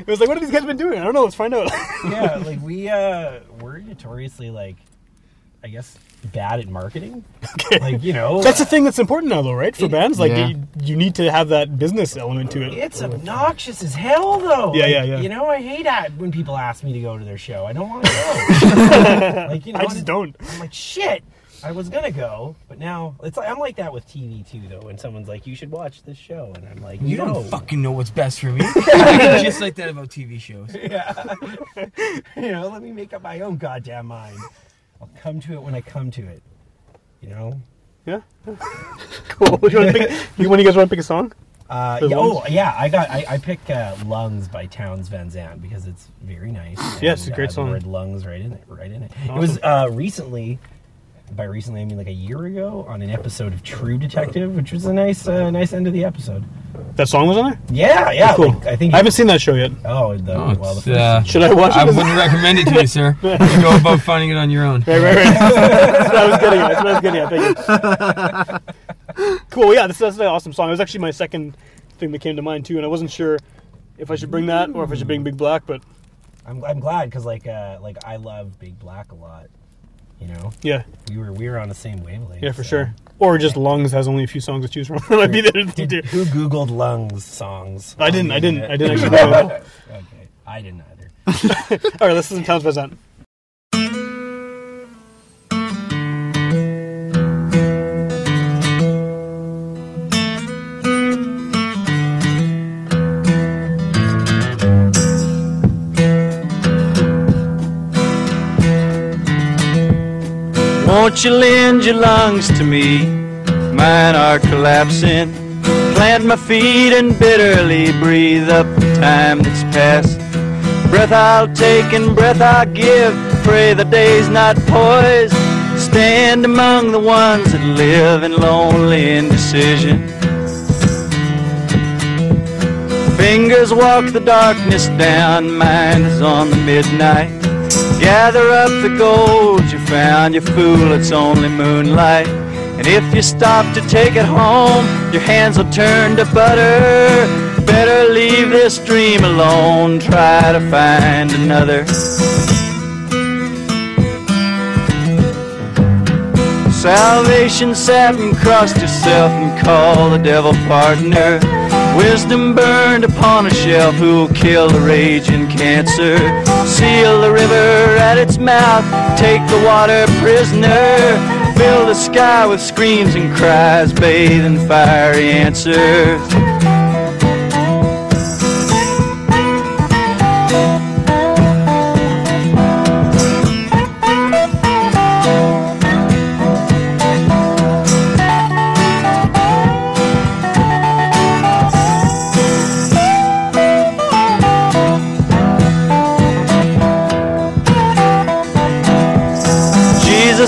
it was like, what have these guys been doing? I don't know. Let's find out. yeah, like we uh we're notoriously like I guess bad at marketing. Like, you know, That's the thing that's important now, though, right? For bands, like Yeah. you, you need to have that business element to it. it's obnoxious as hell though. Yeah, Like, yeah, yeah. You know, I hate that when people ask me to go to their show. I don't want to go. like, you know, I just don't. I'm like, shit. I was gonna go, but now it's like I'm like that with TV too, though. When someone's like, "You should watch this show," and I'm like, You no. don't fucking know what's best for me. It's just like that about TV shows. you know, let me make up my own goddamn mind. I'll come to it when I come to it. You know, Yeah. cool. You want to pick? You, when you guys want to pick a song? Uh, The yeah, lungs? oh, yeah, I got I, I pick uh, "Lungs" by Towns Van Zandt because it's very nice. Yeah, it's and, a great uh, song. The word "lungs" right in it, right in it. It was uh, recently, by recently I mean like a year ago, on an episode of True Detective, which was a nice uh, nice end of the episode. That song was on there. Yeah, yeah, Cool. like, I think. I haven't seen that show yet. oh, the, Oh, well, the it's, uh, Should I watch it? I wouldn't recommend it to you, sir. You go about finding it on your own. Right, right, right. That's what I was getting at. That's what I was getting at. Thank you. Cool. Yeah, this, that's an awesome song. It was actually my second thing that came to mind too, and I wasn't sure if I should bring that or if I should bring Big Black, but uh, I'm I'm glad because like uh, like I love Big Black a lot. You know, yeah, we were we were on the same wavelength. yeah, for so. sure. Or just Lungs has only a few songs to choose from. that might be the other thing too. Did, who googled lungs songs? I didn't. on I the didn't. internet? I didn't actually. Know. Okay, I didn't either. All right, let's listen to Towns Van Zandt. Won't you lend your lungs to me? Mine are collapsing. Plant my feet and bitterly breathe up the time that's past. Breath I'll take and breath I'll give. Pray the day's not poised. Stand among the ones that live in lonely indecision. Fingers walk the darkness down, mine is on the midnight. Gather up the gold you found, you fool, it's only moonlight. And if you stop to take it home, your hands will turn to butter. Better leave this dream alone, try to find another. Salvation sat and crossed herself and called the devil partner. Wisdom burned upon a shelf who'll kill the raging cancer. Seal the river at its mouth, take the water prisoner. Fill the sky with screams and cries, bathe in fiery answers.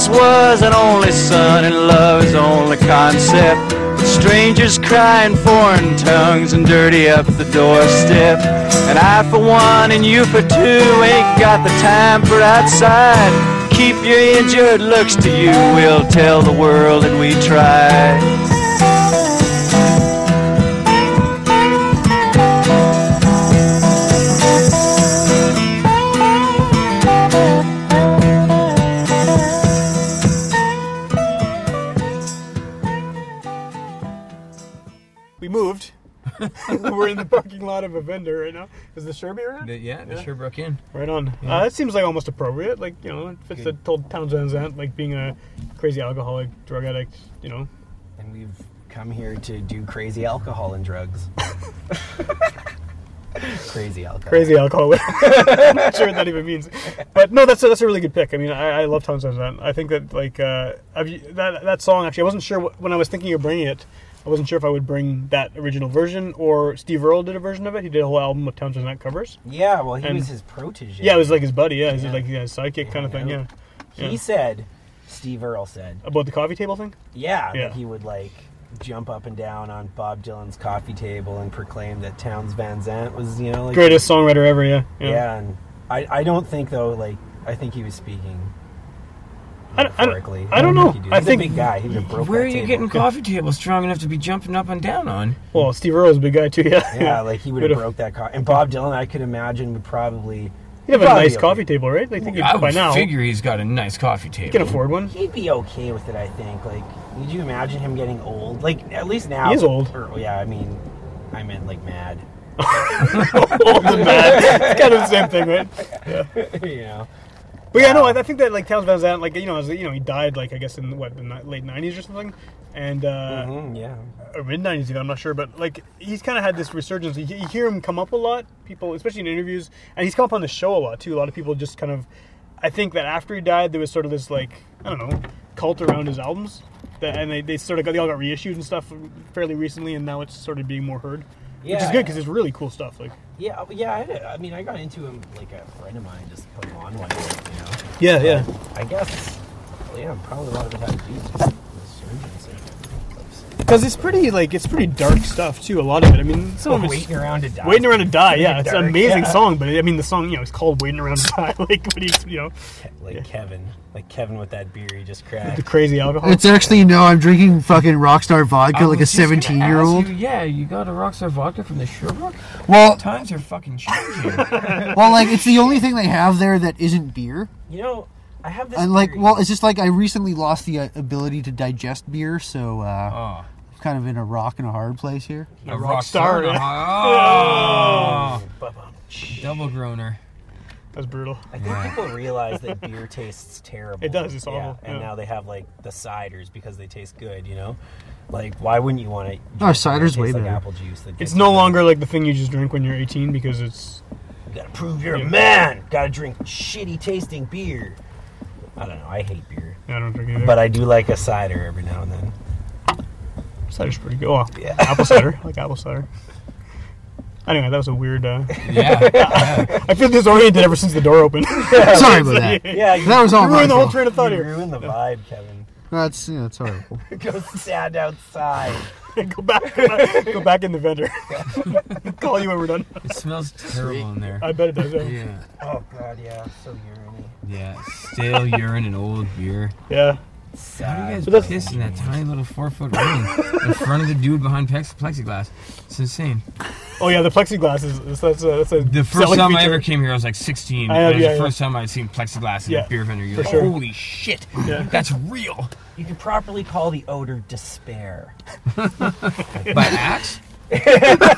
was an only son, and love is only concept. Strangers cry in foreign tongues and dirty up the doorstep. And I for one and you for two ain't got the time for outside. Keep your injured looks to you, we'll tell the world that we tried. We moved. We're in the parking lot of a vendor right now. Is the Sherby around? The- yeah, the Sherbrooke Inn. Right on. Yeah. Uh, that seems like almost appropriate. Like you know, it fits the told Towns Van Zandt, like being a crazy alcoholic, drug addict. You know, And we've come here to do crazy alcohol and drugs. crazy alcohol. crazy alcoholic. I'm not sure what that even means, but no, that's a, that's a really good pick. I mean, I, I love Towns Van Zandt. I think that like uh, I've, that that song actually, I wasn't sure what, when I was thinking of bringing it. I wasn't sure if I would bring that original version or Steve Earle did a version of it. He did a whole album of Towns Van Zandt covers. Yeah, well, he And- was his protege. Yeah, it was like his buddy. Yeah, it was Yeah. like yeah, his sidekick kind of thing. Yeah. Yeah, he yeah. said, Steve Earle said, about the coffee table thing. yeah, Yeah. that he would like jump up and down on Bob Dylan's coffee table and proclaim that Towns Van Zant was, you know, like Greatest songwriter ever. Yeah, Yeah, and I, I don't think though, like I think he was speaking. I don't- I don't- metaphorically. I don't think know. he did. I He's think- a big guy. He would have broke Where that are you table. getting coffee tables strong enough to be jumping up and down on? Well, Steve Earle's a big guy too. Yeah, Yeah, like he would have Would've- broke that coffee. And Bob Dylan, I could imagine, would probably He'd have a probably nice okay. coffee table, right? Like, think I by would now figure he's got a nice coffee table. he can afford one. He'd be okay with it, I think. Like, could you imagine him getting old? Like, at least now He is old. Or- yeah, I mean, I meant like mad. Old and mad. it's kind of the same thing, right? you know, But yeah, no, I, I think that like Towns Van Zandt, like you know, as, you know, he died like I guess in what the ni- late '90s or something, and uh, Mm, yeah. or mid '90s even. I'm not sure, but like he's kind of had this resurgence. You, you hear him come up a lot, people, especially in interviews, and he's come up on the show a lot too. A lot of people just kind of, I think that after he died, there was sort of this like I don't know cult around his albums, that, and they, they sort of got, they all got reissued and stuff fairly recently, and now it's sort of being more heard, which is Yeah. good because it's really cool stuff. Like Yeah, oh, yeah. I, I mean, I got into him like a friend of mine just put him on one. day, You know, yeah, yeah. I guess. well, yeah, probably a lot of it had to do with the surgeons. and- Because it's pretty like it's pretty dark stuff too. A lot of it. I mean, some of it's Waiting around to die. waiting around to die. Yeah, it's dark, an amazing yeah. song. But I mean, the song you know it's called "Waiting Around to Die." Like what do you you know like Kevin, like Kevin with that beer he just the cracked. crazy alcohol. It's actually no. I'm drinking fucking Rockstar vodka I like a was just gonna ask 17 year old. you, yeah, you got a Rockstar vodka from the Sherbrooke? Well, Times are fucking changing. well, like it's the only thing they have there that isn't beer. You know, I have this. And like, theory. well, it's just like I recently lost the uh, ability to digest beer, so uh, oh, I'm kind of in a rock and a hard place here. a Rockstar. Rockstar. Oh, Ba-bum. double groaner. That's brutal. I think people realize that beer tastes terrible. It does, it's Yeah, awful, And yeah. now they have like the ciders because they taste good. You know, like why wouldn't you want to? Our Oh, cider's way like better. Apple juice. That It's gets no you- longer like the thing you just drink when you're 18 because it's You gotta prove you're a man. Gotta drink shitty tasting beer. I don't know. I hate beer, I don't drink either. but I do like a cider every now and then. cider's pretty good. Oh, apple cider. I like apple cider. Anyway, that was a weird. Uh, Yeah, I feel disoriented ever since the door opened. Sorry about that. Yeah, you That was all You my ruined the whole fault. train of thought you here. ruined the vibe, Kevin. That's yeah, that's horrible. Go stand outside. go back. Go back, go back in the vendor. Call you when we're done. it smells terrible in there. I bet it does. Yeah. Yeah, Oh god, yeah, so urine. yeah, stale urine and old beer. yeah. How do you Sad. guys But that's- piss in that tiny little four foot ring in front of the dude behind plex- plexiglass? It's insane. Oh yeah, the plexiglass is is- that's a, that's a The first selling time I feature. ever came here, I was like 16. I know, it was yeah, the yeah. first time I'd seen plexiglass in Yeah, a beer vendor. You're for like, sure. holy shit, that's real. You could properly call the odor despair. By axe?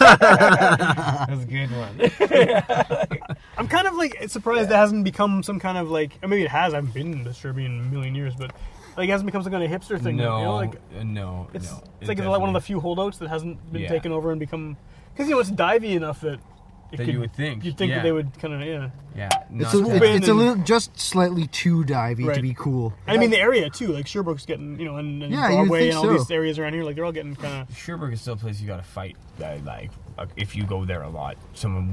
That's a good one. I'm kind of like surprised it hasn't become some kind of like or maybe it has. I haven't been to Serbia in a million years, but like it hasn't become some kind of hipster thing. No, you know? like uh, no, it's no. it's like one of the few holdouts that hasn't been Yeah. taken over and become because you know it's divey enough that it That you would think, you'd think yeah. that they would kind of yeah. Yeah, It's not a, that. it- it's a and- little just slightly too divey to Right. be cool. I mean the area too, like Sherbrooke's getting you know and, and Yeah, you'd Broadway think and all so. these areas around here, like they're all getting kind of Sherbrooke is still a place you gotta fight. uh, Like, uh, if you go there a lot, someone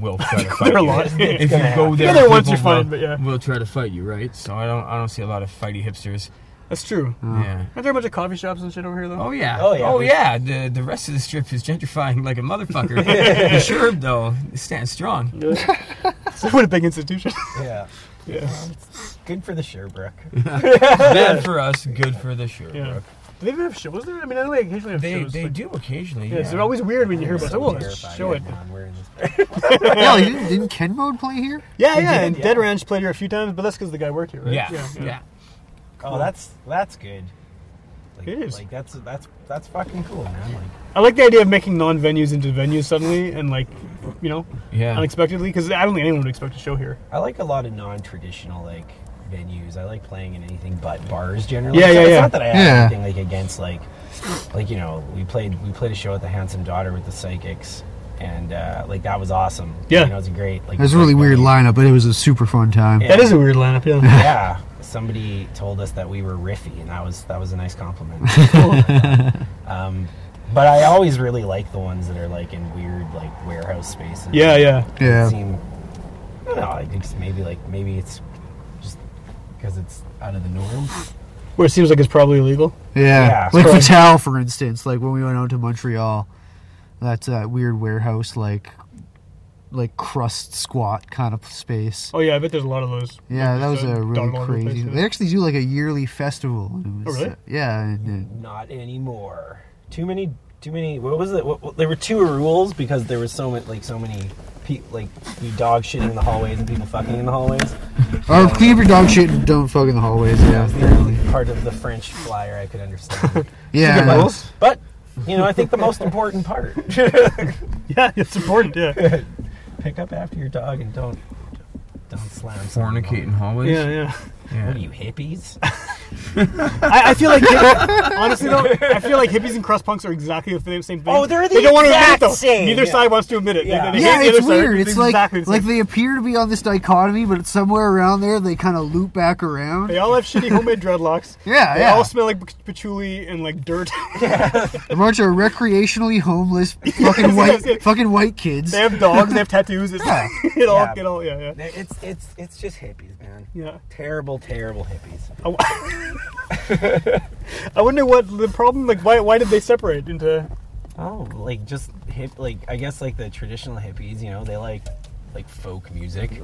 will try to fight there a you. lot. If you go there, there once, people you're fine, will- but yeah. will try to fight you, right? So I don't, I don't see a lot of fighty hipsters. That's true. Yeah. Aren't there a bunch of coffee shops and shit over here though? Oh yeah. Oh, yeah. Oh yeah. The the rest of the strip is gentrifying like a motherfucker. the Sherb though stands strong. what a big institution. Yeah. yeah. Good for the Sherbrooke. Bad for us, good for the Sherb. Yeah. Do they even have shows there? I mean, I know they occasionally have They shows. they like- do occasionally. Yeah, Yeah. it's always weird when you hear about it. So Well, let's terrified show right it. now, I'm wearing this Yeah, you didn't, didn't Ken Mode play here? Yeah, yeah. and yeah. Dead Ranch played here a few times, but that's because the guy worked here, right? yeah. Yeah. Oh, that's that's good. Like, It is. Like that's that's that's fucking cool, man. Like, I like the idea of making non-venues into venues suddenly, and like, you know, Yeah. unexpectedly, because I don't think anyone would expect a show here. I like a lot of non-traditional like venues. I like playing in anything but bars generally. Yeah, So yeah, It's yeah. not that I have Yeah. anything like against like like you know we played we played a show at the Handsome Daughter with the Psychics. And uh, like that was awesome. Yeah. you know, it was a great. Like It was a really like, weird lineup, but it was a super fun time. Yeah. That is a weird lineup, yeah. Yeah, somebody told us that we were riffy, and that was that was a nice compliment. um, but I always really like the ones that are like in weird like warehouse spaces. yeah, yeah. Yeah. seem. I don't know. I think it's maybe like maybe it's just because it's out of the norm. Where it seems like it's probably illegal. Yeah. Yeah. Like So- Vital, for instance, like when we went out to Montreal, that's that weird warehouse, like like crust squat kind of space. Oh yeah, I bet there's a lot of those. Yeah, Like, that was just, uh, a dog really walking crazy. places. They actually do like a yearly festival. and it was, Oh, really? uh, yeah, and, uh, Not anymore. Too many. Too many. What was it? What, what- there were two rules because there was so many like so many. Pe- like you dog shitting in the hallways and people fucking in the hallways. Or clean your dog shit and don't fuck in the hallways. Yeah, That was the only part of the French flyer I could understand. yeah. rules. But you know, I think the most important part: Yeah, it's important. Yeah, yeah, pick up after your dog and don't don't slam. someone. Fornicate in hallways. yeah. What are you hippies? I, I feel like honestly though, I feel like hippies and crust punks are exactly the same thing. Oh, they're the they don't want to admit it exact though. same, Neither yeah. side wants to admit it. They- Yeah. they yeah, hate the it's other side. weird. It's exactly like the like same. they appear to be on this dichotomy, but it's somewhere around there they kind of loop back around. They all have shitty homemade dreadlocks. Yeah, They yeah. all smell like p- patchouli and like dirt. A bunch of recreationally homeless Yes, fucking white yes. fucking white kids. they have dogs. They have tattoos. It's, Yeah. it all, Yeah. it all, yeah, yeah, It's it's it's just hippies, man. yeah. Terrible, terrible hippies. I w- I wonder what the problem. Like, why why did they separate into? Oh, like just hip, like I guess like the traditional hippies. You know, they like like folk music,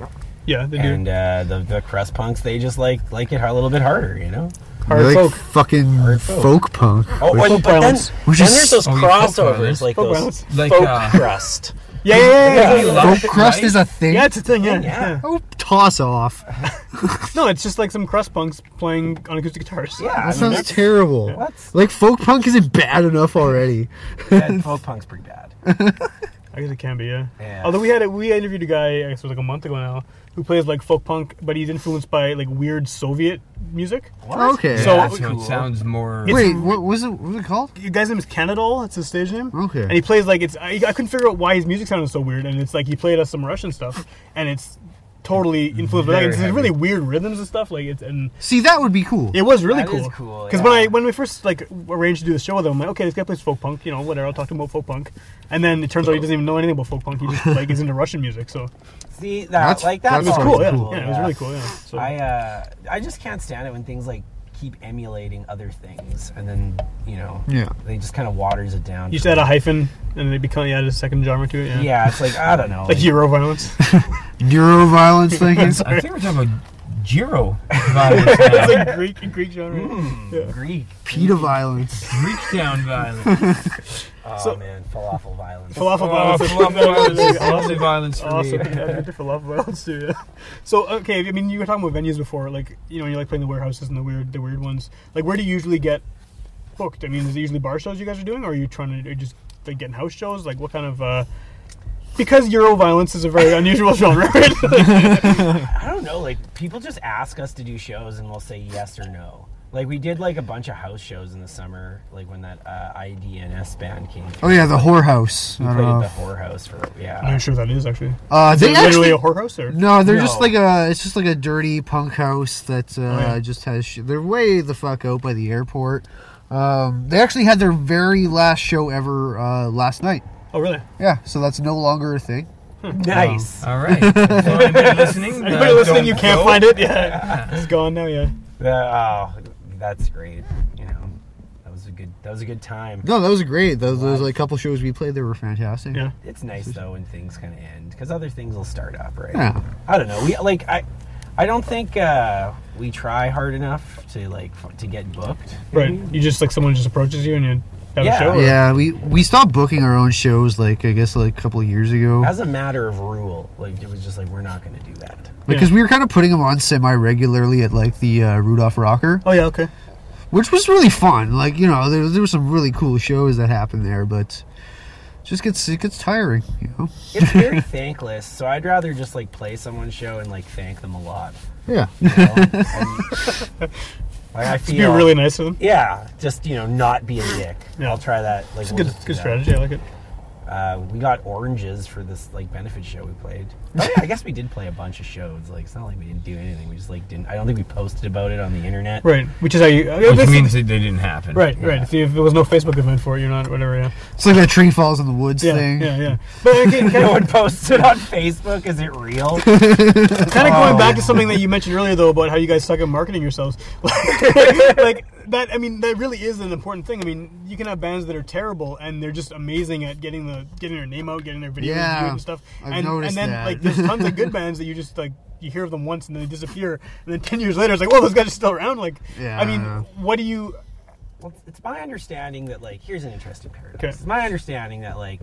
Yeah, they do. and uh, the the crust punks they just like like it a little bit harder. You know. Hard They're like folk. fucking folk. folk punk. Folk Oh, and, but then, violence. Which then is- there's those Oh, yeah, folk crossovers, violence. like Folk those violence. Like, folk uh, crust. Yeah, yeah, yeah. yeah, yeah. Folk crust is a thing. Yeah, it's a thing. Yeah. Yeah. oh, toss off. Yeah. No, it's just like some crust punks playing on acoustic guitars. Yeah, I That mean, sounds terrible. What? Like folk punk isn't bad enough already. that folk punk's pretty bad. I guess it can be. Yeah. Yeah. Although we had a, we interviewed a guy I guess it was like a month ago now who plays like folk punk, but he's influenced by like weird Soviet music. Okay. So- Yeah, so cool. it sounds more. Wait, what was it? What was it called? The guy's name is Canadol. It's his stage name. Okay. And he plays like it's. I, I couldn't figure out why his music sounded so weird, and it's like he played us some Russian stuff, and it's totally influenced by that. Very It's these heavy. really weird rhythms and stuff. Like it's and See, that would be cool. it was really That cool. is cool, Because yeah. when I when we first like arranged to do the show with him, I'm like, okay, this guy plays folk punk. You know, whatever. I'll talk to him about folk punk. And then it turns out he doesn't even know anything about folk punk. He just like is into Russian music. So See that That's- like that that's was fucking cool. cool. Yeah. yeah, it was really cool. Yeah. So I uh, I just can't stand it when things like keep emulating other things, and then you know, Yeah. they just kind of waters it down. you just add a hyphen, and it becomes you add a second genre to it. Yeah. yeah, it's like I don't know. Like like- Euro violence. Neuroviolence thinking. I think we're talking about Giro violence, now. it's like Greek Greek genre. Yeah. Greek. Peta violence. Greek town violence. Oh So- man, falafel violence. Falafel Oh, violence. falafel violence. Lovely violence for Awesome. me. yeah, I've been to falafel house too. Yeah. So okay, I mean, you were talking about venues before, like you know, you like playing the warehouses and the weird, the weird ones. Like, where do you usually get booked? I mean, is it usually bar shows you guys are doing, or are you trying to are you just like getting house shows? Like, what kind of? uh Because Euro violence is a very unusual genre. Right? Like, I don't know. Like people just ask us to do shows, and we'll say yes or no. Like we did like a bunch of house shows in the summer, like when that uh, IDNS band came. Oh yeah, the whorehouse. I We don't played at the know. whorehouse for I'm yeah. not sure what that is actually. Uh, Is they it literally actually. a whorehouse or? No, they're just No. like a. It's just like a dirty punk house that uh, Oh, yeah. just has. Sh- they're way the fuck out by the airport. Um, they actually had their very last show ever uh, last night. Oh really? Yeah, so that's no longer a thing. Nice. All right. So anybody listening, Anybody uh, listening, don't you can't go. find it. Yeah, it's gone now. Yeah. The- oh, that's great. You know, that was a good that was a good time. No, that was great. Those, those like couple shows we played, they were fantastic. Yeah. It's nice though when things kind of end because other things will start up, right? Yeah. I don't know. We like I, I don't think uh, we try hard enough to like f- to get booked. Right. You just like someone just approaches you and you have Yeah. a show. or- Yeah, we we stopped booking our own shows like I guess like a couple of years ago As a matter of rule, like it was just like we're not going to do that. because we were kind of putting them on semi regularly at like the uh, Rudolph Rocker, Oh yeah. Okay. which was really fun. Like you know, there there were some really cool shows that happened there, but it just gets it gets tiring. You know? It's very thankless, so I'd rather just like play someone's show and like thank them a lot. Yeah, You know? And, like, I Just feel be really nice to them. yeah, just you know, not be a dick. Yeah. I'll try that. Like It's a we'll good just do good that. strategy. I like it. Uh, we got oranges for this like benefit show we played. Oh yeah, I guess we did play a bunch of shows. Like it's not like we didn't do anything. We just like didn't. I don't think we posted about it on the internet. Right. Which is how you. uh, Which means that they didn't happen. Right, right. If, you, if there was no Facebook event for it, you're not whatever. Yeah, it's like that tree falls in the woods yeah, thing. yeah, yeah. But uh, again, kind No of, one posts it on Facebook. Is it real? kind of going back to something that you mentioned earlier, though, about how you guys suck at marketing yourselves. Like, like that. I mean, that really is an important thing. I mean, you can have bands that are terrible and they're just amazing at getting the getting their name out, getting their videos Yeah, viewed and stuff. I've and, noticed and then that. like there's tons of good bands that you just like you hear of them once and then they disappear, and then ten years later it's like, well, those guys are still around. Like, Yeah, I mean, I know. what do you? well, it's my understanding that like here's an interesting paradox. Okay. It's my understanding that like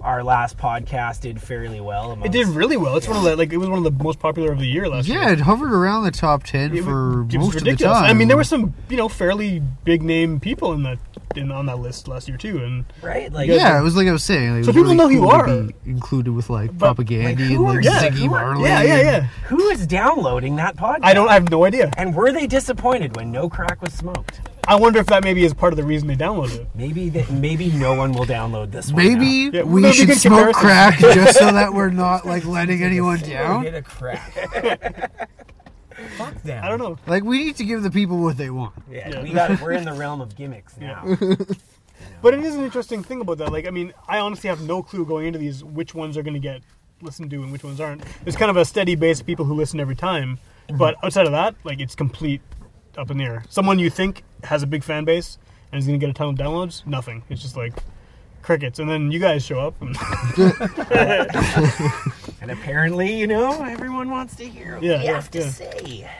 our last podcast did fairly well. Amongst, It did really well. It's one of the like it was one of the most popular of the year last year. Yeah, it hovered around the top ten It for was- it was most of the time. I mean, there were some you know fairly big name people in that in on that list last year too, and right. Like Yeah, it was like I was saying. Like, So it was people know who you cool to are. be included with like But, like, propaganda who are- and like yeah, Ziggy who are- Marley. yeah, yeah, and- yeah. Who is downloading that podcast? I don't. I have no idea. And were they disappointed when no crack was smoked? I wonder if that maybe is part of the reason they downloaded it. Maybe that maybe no one will download this one. now. Maybe Yeah, we maybe should good smoke comparison. crack just so that we're not like letting anyone down. Get a crack. Fuck them. I don't know. Like we need to give the people what they want. Yeah, Yeah. we got. We're in the realm of gimmicks now. But it is an interesting thing about that. Like, I mean, I honestly have no clue going into these which ones are going to get listened to and which ones aren't. There's kind of a steady base of people who listen every time, Mm-hmm. but outside of that, like, it's complete up in the air. Someone you think has a big fan base and is going to get a ton of downloads, nothing. It's just like crickets. And then you guys show up. And And apparently, you know, everyone wants to hear what Yeah, we yeah, have to yeah. say.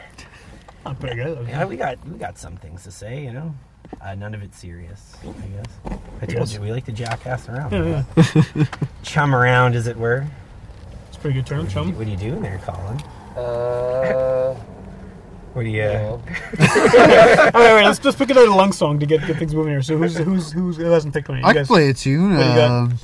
not very good. Yeah, we got we got some things to say, you know. Uh, none of it's serious, I guess. I told you we like to jackass around, Yeah, chum around, as it were. It's a pretty good term, chum. What are you doing there, Colin? Uh, What are you? no. All right, all right, let's just pick another lung song to get, get things moving here. So who's who's who's who hasn't picked one? yet? You I can play a tune. What do you got? Um,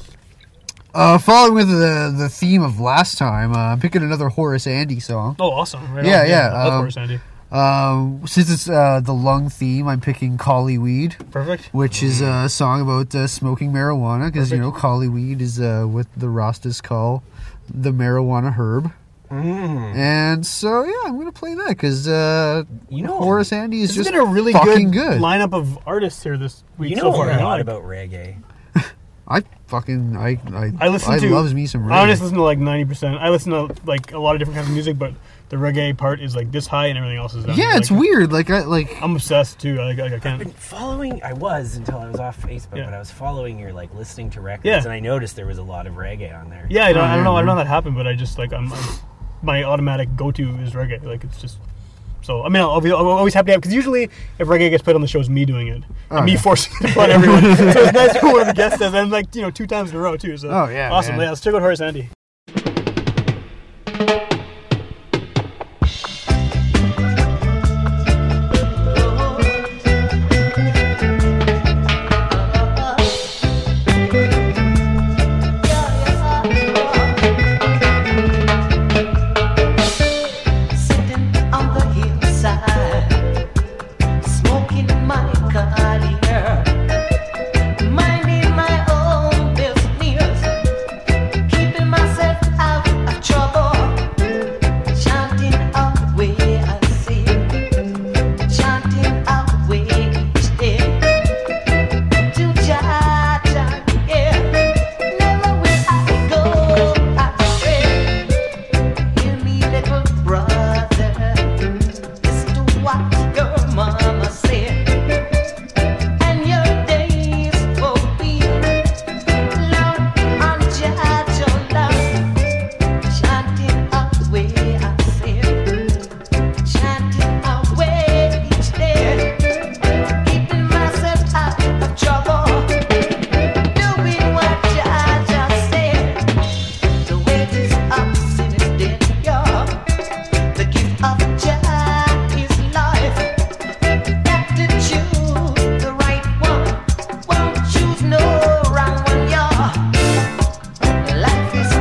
uh, following with the the theme of last time, uh, I'm picking another Horace Andy song. Oh, awesome! Right Yeah, on. yeah, I love um, Horace Andy. Um, since it's uh, the lung theme, I'm picking Collie Weed, Perfect. which is a song about uh, smoking marijuana because you know Mm-hmm. Perfect. Collie Weed is uh, what the Rastas call the marijuana herb. Mm, And so yeah, I'm gonna play that because uh, you know, Horace Andy is This just has been a really fucking good, good. lineup of artists here this week you so know far. a I lot like- about reggae. I fucking I I I listen to. loves me some. I reggae. honestly listen to like ninety percent. I listen to like a lot of different kinds of music, but the reggae part is like this high, and everything else is down. Yeah, Like, it's weird. Like I like I'm obsessed too. I, like, I Been can't. following, I was until I was off Facebook, Yeah. but I was following your like listening to records, Yeah. and I noticed there was a lot of reggae on there. Yeah, I don't, I don't know. I don't know Um, how that happened, but I just like I'm, I'm my automatic go-to is reggae. Like it's just. So I mean, I'll be, I'm always happy to have because usually if reggae gets played on the show, it's me doing it, and me Oh, yeah. forcing it upon everyone. so it's nice when one of the guests does, and like you know, two times in a row too. So Oh, yeah, awesome. man. Yeah, let's check out Horace Andy. Sitting on the hillside, smoking my career, minding my own business, keeping my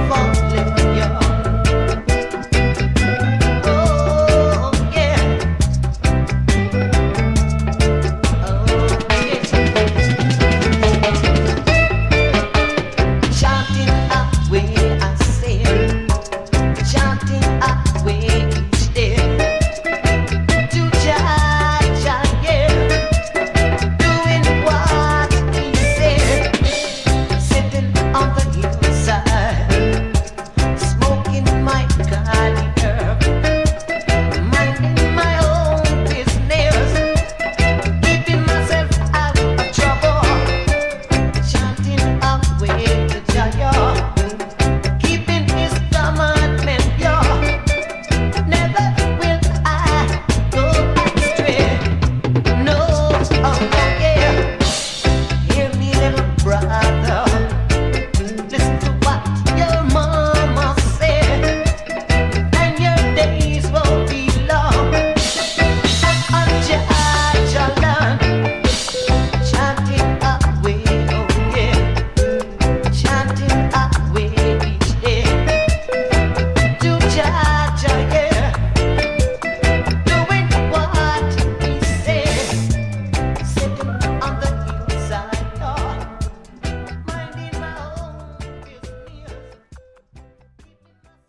Oh, oh,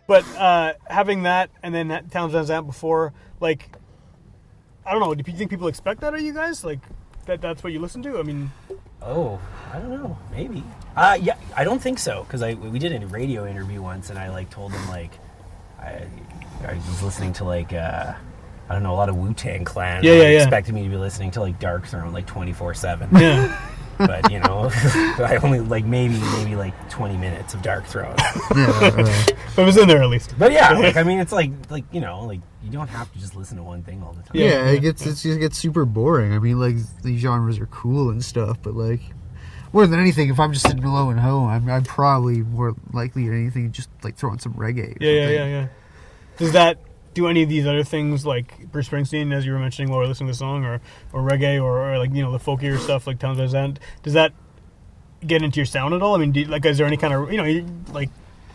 But uh, having that and then that Townsend's amp before, like, I don't know. Do you think people expect that? Are you guys like that? That's what you listen to? I mean, Oh, I don't know. Maybe. Uh, yeah, I don't think so because I we did a radio interview once, and I like told them like I, I was listening to like uh, I don't know a lot of Wu Tang Clan. Yeah, and yeah, they yeah. Expected me to be listening to like Dark Throne like twenty four seven. Yeah. But you know, I only like maybe maybe like twenty minutes of Dark Throne. But it was in there at least. But yeah, like, I mean, it's like like you know, like you don't have to just listen to one thing all the time. Yeah, it gets it just gets super boring. I mean, like these genres are cool and stuff, but like more than anything, if I'm just sitting alone at home, I'm, I'm probably more likely than anything just like throwing some reggae. or Yeah, yeah, something. yeah, yeah. Does that do any of these other things like Bruce Springsteen, as you were mentioning while we were listening to the song, or, or reggae, or, or like you know the folkier stuff like Towns Van Zandt? Does that get into your sound at all? I mean, do, like, is there any kind of you know you- like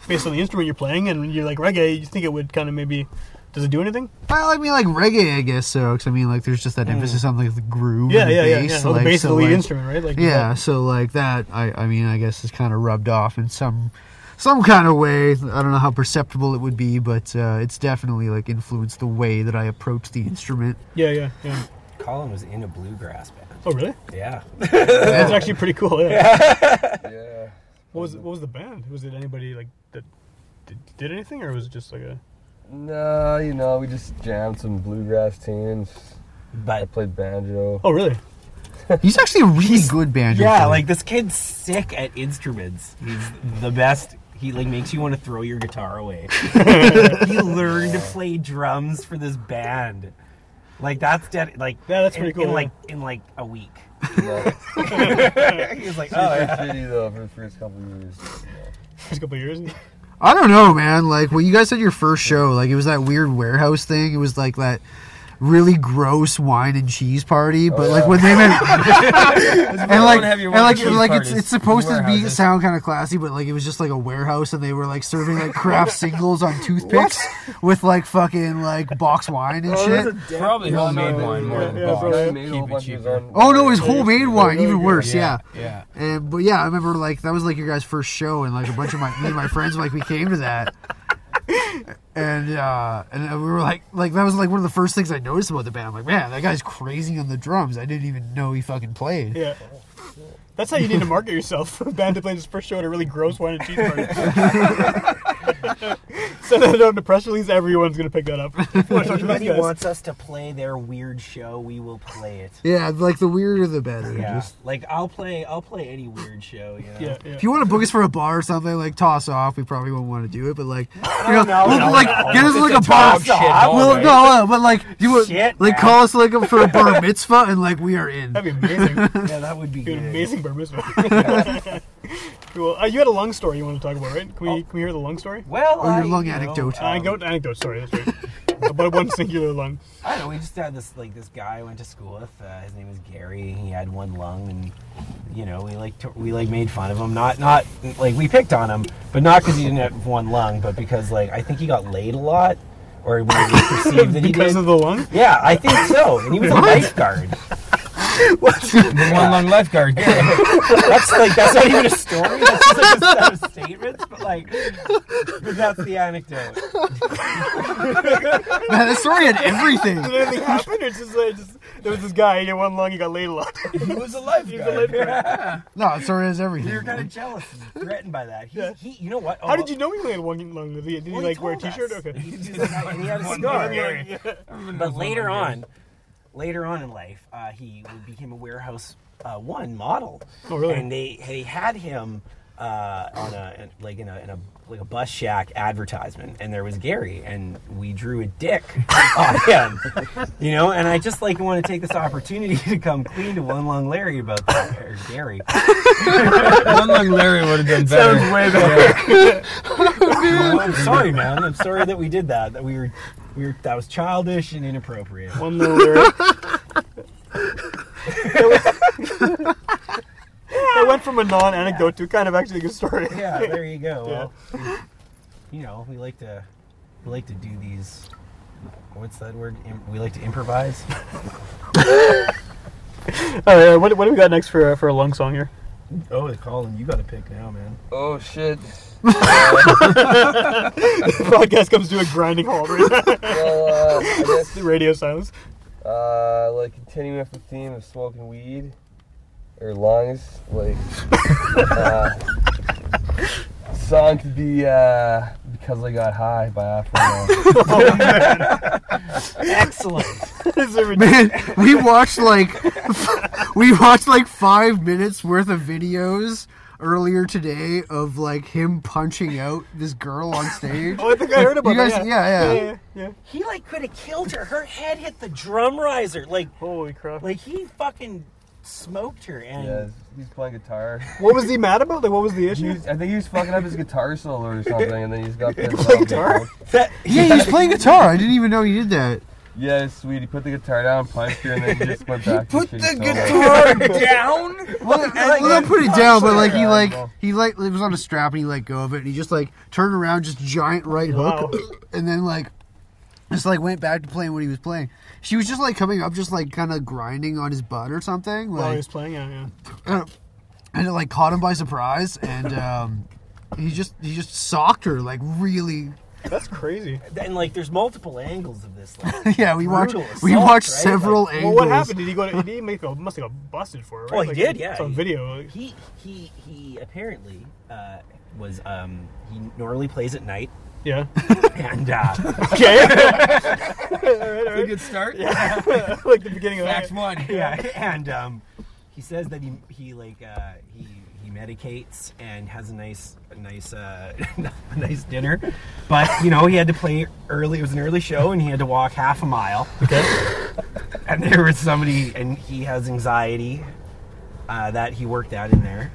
based on the instrument you're playing and you're like reggae? You think it would kind of maybe does it do anything? Well, I mean, like reggae, I guess so. Because I mean, like, there's just that emphasis on like the groove. Mm. Yeah, and the yeah, yeah, bass, yeah. so, Well, the like, bass is so, the lead like- instrument, right? Like, yeah. that- So like that, I, I mean, I guess is kind of rubbed off in some, some kind of way. I don't know how perceptible it would be, but uh, it's definitely like influenced the way that I approach the instrument. Yeah, yeah, yeah. Colin was in a bluegrass band. Oh, really? Yeah. That's actually pretty cool. Yeah. Yeah. What was what was the band? Was it anybody like that did, did anything, or was it just like a No, you know, we just jammed some bluegrass tunes. But I played banjo. Oh, really? He's actually a really good banjo. Yeah, player. like this kid's sick at instruments. He's the best. He like makes you want to throw your guitar away. he learned to play drums for this band. Like that's dead. Like yeah, that's in, pretty In cool, like in like a week. He's like, oh Super yeah. shitty though for the first couple years. first couple of years? I don't know, man. Like when you guys had your first show, like it was that weird warehouse thing. It was like that really gross wine and cheese party. But like when they met, and like wanna have and your like wine and like it's cheese it's parties. supposed to be Warehouses. sound kind of classy, but like it was just like a warehouse, and they were like serving like craft singles on toothpicks with like fucking like box wine Oh, and shit. Probably Well, homemade no, wine more yeah, than yeah, box. probably. Keep Made a whole it bunch of his cheaper. own Oh no, it was homemade wine, even worse. Yeah, Yeah, yeah. And, but yeah, I remember like that was like your guys' first show, and like a bunch of my me and my friends like we came to that, and uh and we were like like that was like one of the first things I noticed about the band. I'm like, man, that guy's crazy on the drums. I didn't even know he fucking played. Yeah. That's how you need to market yourself for a band to play this first show at a really gross wine and cheese party. Send that out in the press release, everyone's going to pick that up. Anybody wants us to play their weird show, we will play it. Yeah, like the weirder the better. Yeah. Just Like I'll play I'll play any weird show, you know. Yeah, yeah. if you want to book us for a bar or something, like toss off, we probably wouldn't want to do it. But like, you know, no, look, no, like no. get us It's like a a bar. toss off, well, right? no, no, but like you would Shit, like man. call us like up for a bar mitzvah, and like we are in. That'd be amazing. It'd Yeah, that would be be good. an amazing bar mitzvah. cool. Uh, you had a lung story you want to talk about, right? Can we, can we hear the lung story? Well, Or your I, lung you know, anecdote. um, anecdote, anecdote, sorry, that's right. about one singular lung. I don't know. We just had this like this guy I went to school with. Uh, his name was Gary. He had one lung, and you know we like to, we like made fun of him. Not not like we picked on him, but not because he didn't have one lung, but because like I think he got laid a lot, or we perceived that he Because did. of the lung? yeah, I think so. And he was a lifeguard. The one lung lifeguard. That's like that's not even a story. That's just like a set of statements. But like, but that's the anecdote. Man, that story had everything. Did anything happen? Or just, uh, just, there was this guy, he had one lung, he got laid a lot. He was a lifeguard. No, it sort of is everything. You're kind of jealous and threatened by that. He, he you know what? Oh, How did you know he had one lung? Did he, did he Well, he like wear a told t-shirt? us. Okay. He just- and he had a scar. But later on, later on in life, uh, he became a warehouse uh, one model. Oh, really? And they they had him uh, on a like in a, in a like a bus shack advertisement, and there was Gary, and we drew a dick on him. You know, and I just like want to take this opportunity to come clean to one long Larry about that or Gary. one lung Larry would have done better. Sounds way better. Well, I'm sorry, man. I'm sorry that we did that. That we were. We were, that was childish and inappropriate. One little lyric. I went from a non-anecdote to kind of actually a good story. yeah, there you go. Well, you know, we like to we like to do these. What's that word? Im- we like to improvise. All right, what, what do we got next for uh, for a lung song here? Oh, Colin, you got to pick now, man. Oh shit. the podcast comes to a grinding halt right now. Well, uh, I guess- radio silence. Uh, like continuing with the theme of smoking weed or lungs, like uh, song could be uh, because I got high by Afro. Excellent. Man, we watched like we watched like five minutes worth of videos earlier today of like him punching out this girl on stage. Oh, I think I heard about you guys, that. Yeah, yeah. He like could have killed her. Her head hit the drum riser. Like holy crap! Like he fucking smoked her. And yeah, he's playing guitar. What was he mad about? Like, what was the He issue? was- I think he was fucking up his guitar solo or something, and then he's got pissed playing off. guitar? Yeah, he was playing guitar. I didn't even know he did that. Yeah, sweet. He put the guitar down, punched her, and then he just went back. Put the down. Well, like, well, not put it down, but like he Yeah, like well. he like it was on a strap and he let go of it and he just like turned around, just giant right hook, and then like just like went back to playing what he was playing. She was just like coming up, just like kind of grinding on his butt or something, While he like, was playing, yeah, yeah. uh, and it like caught him by surprise, and um, he just he just socked her like really. That's crazy. And like there's multiple angles of this. Like, yeah, we watched Brutal we assault, watched right? several Like, angles. Well, what happened? Did he go? To, did he make a? Must have got busted for it. Right? Well, he Like, did, yeah. Some He- video. like- he he he apparently uh, was um he normally plays at night yeah. and uh, Okay. all right, all That's a right. good start. Yeah. like the beginning of Fact that. one. yeah and um he says that he he like uh, he he medicates and has a nice a nice uh, a nice dinner but you know he had to play early it was an early show and he had to walk half a mile Okay. and there was somebody and he has anxiety uh, that he worked out in there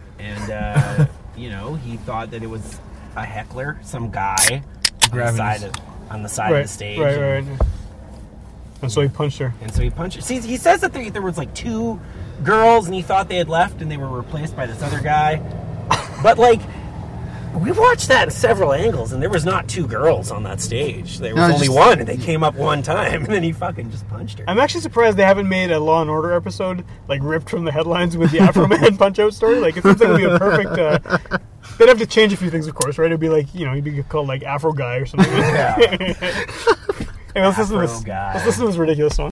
and uh, you know he thought that it was a heckler some guy on the Grabbing side his- of, on the side of the right. stage Right. and, Right. And so he punched her. and so he punched see he says that there, there was like two girls and he thought they had left and they were replaced by this other guy but like we watched that in several angles and there was not two girls on that stage there was No, it's only just- one and they came up one time and then he fucking just punched her I'm actually surprised they haven't made a Law and Order episode like ripped from the headlines with the Afro Man punch out story. Like it seems like it'd be a perfect. Uh, they'd have to change a few things, of course, right? It'd be like you know he'd be called like Afro Guy or something. Yeah. let's listen to this. Afro Guy. Let's listen to this ridiculous song.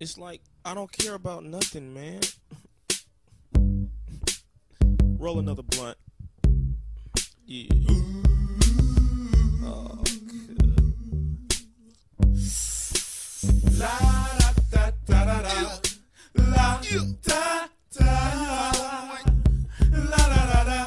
It's like I don't care about nothing, man. Roll another blunt. Yeah. Oh, good. La da da da da. La da da. La da da da. La da da da.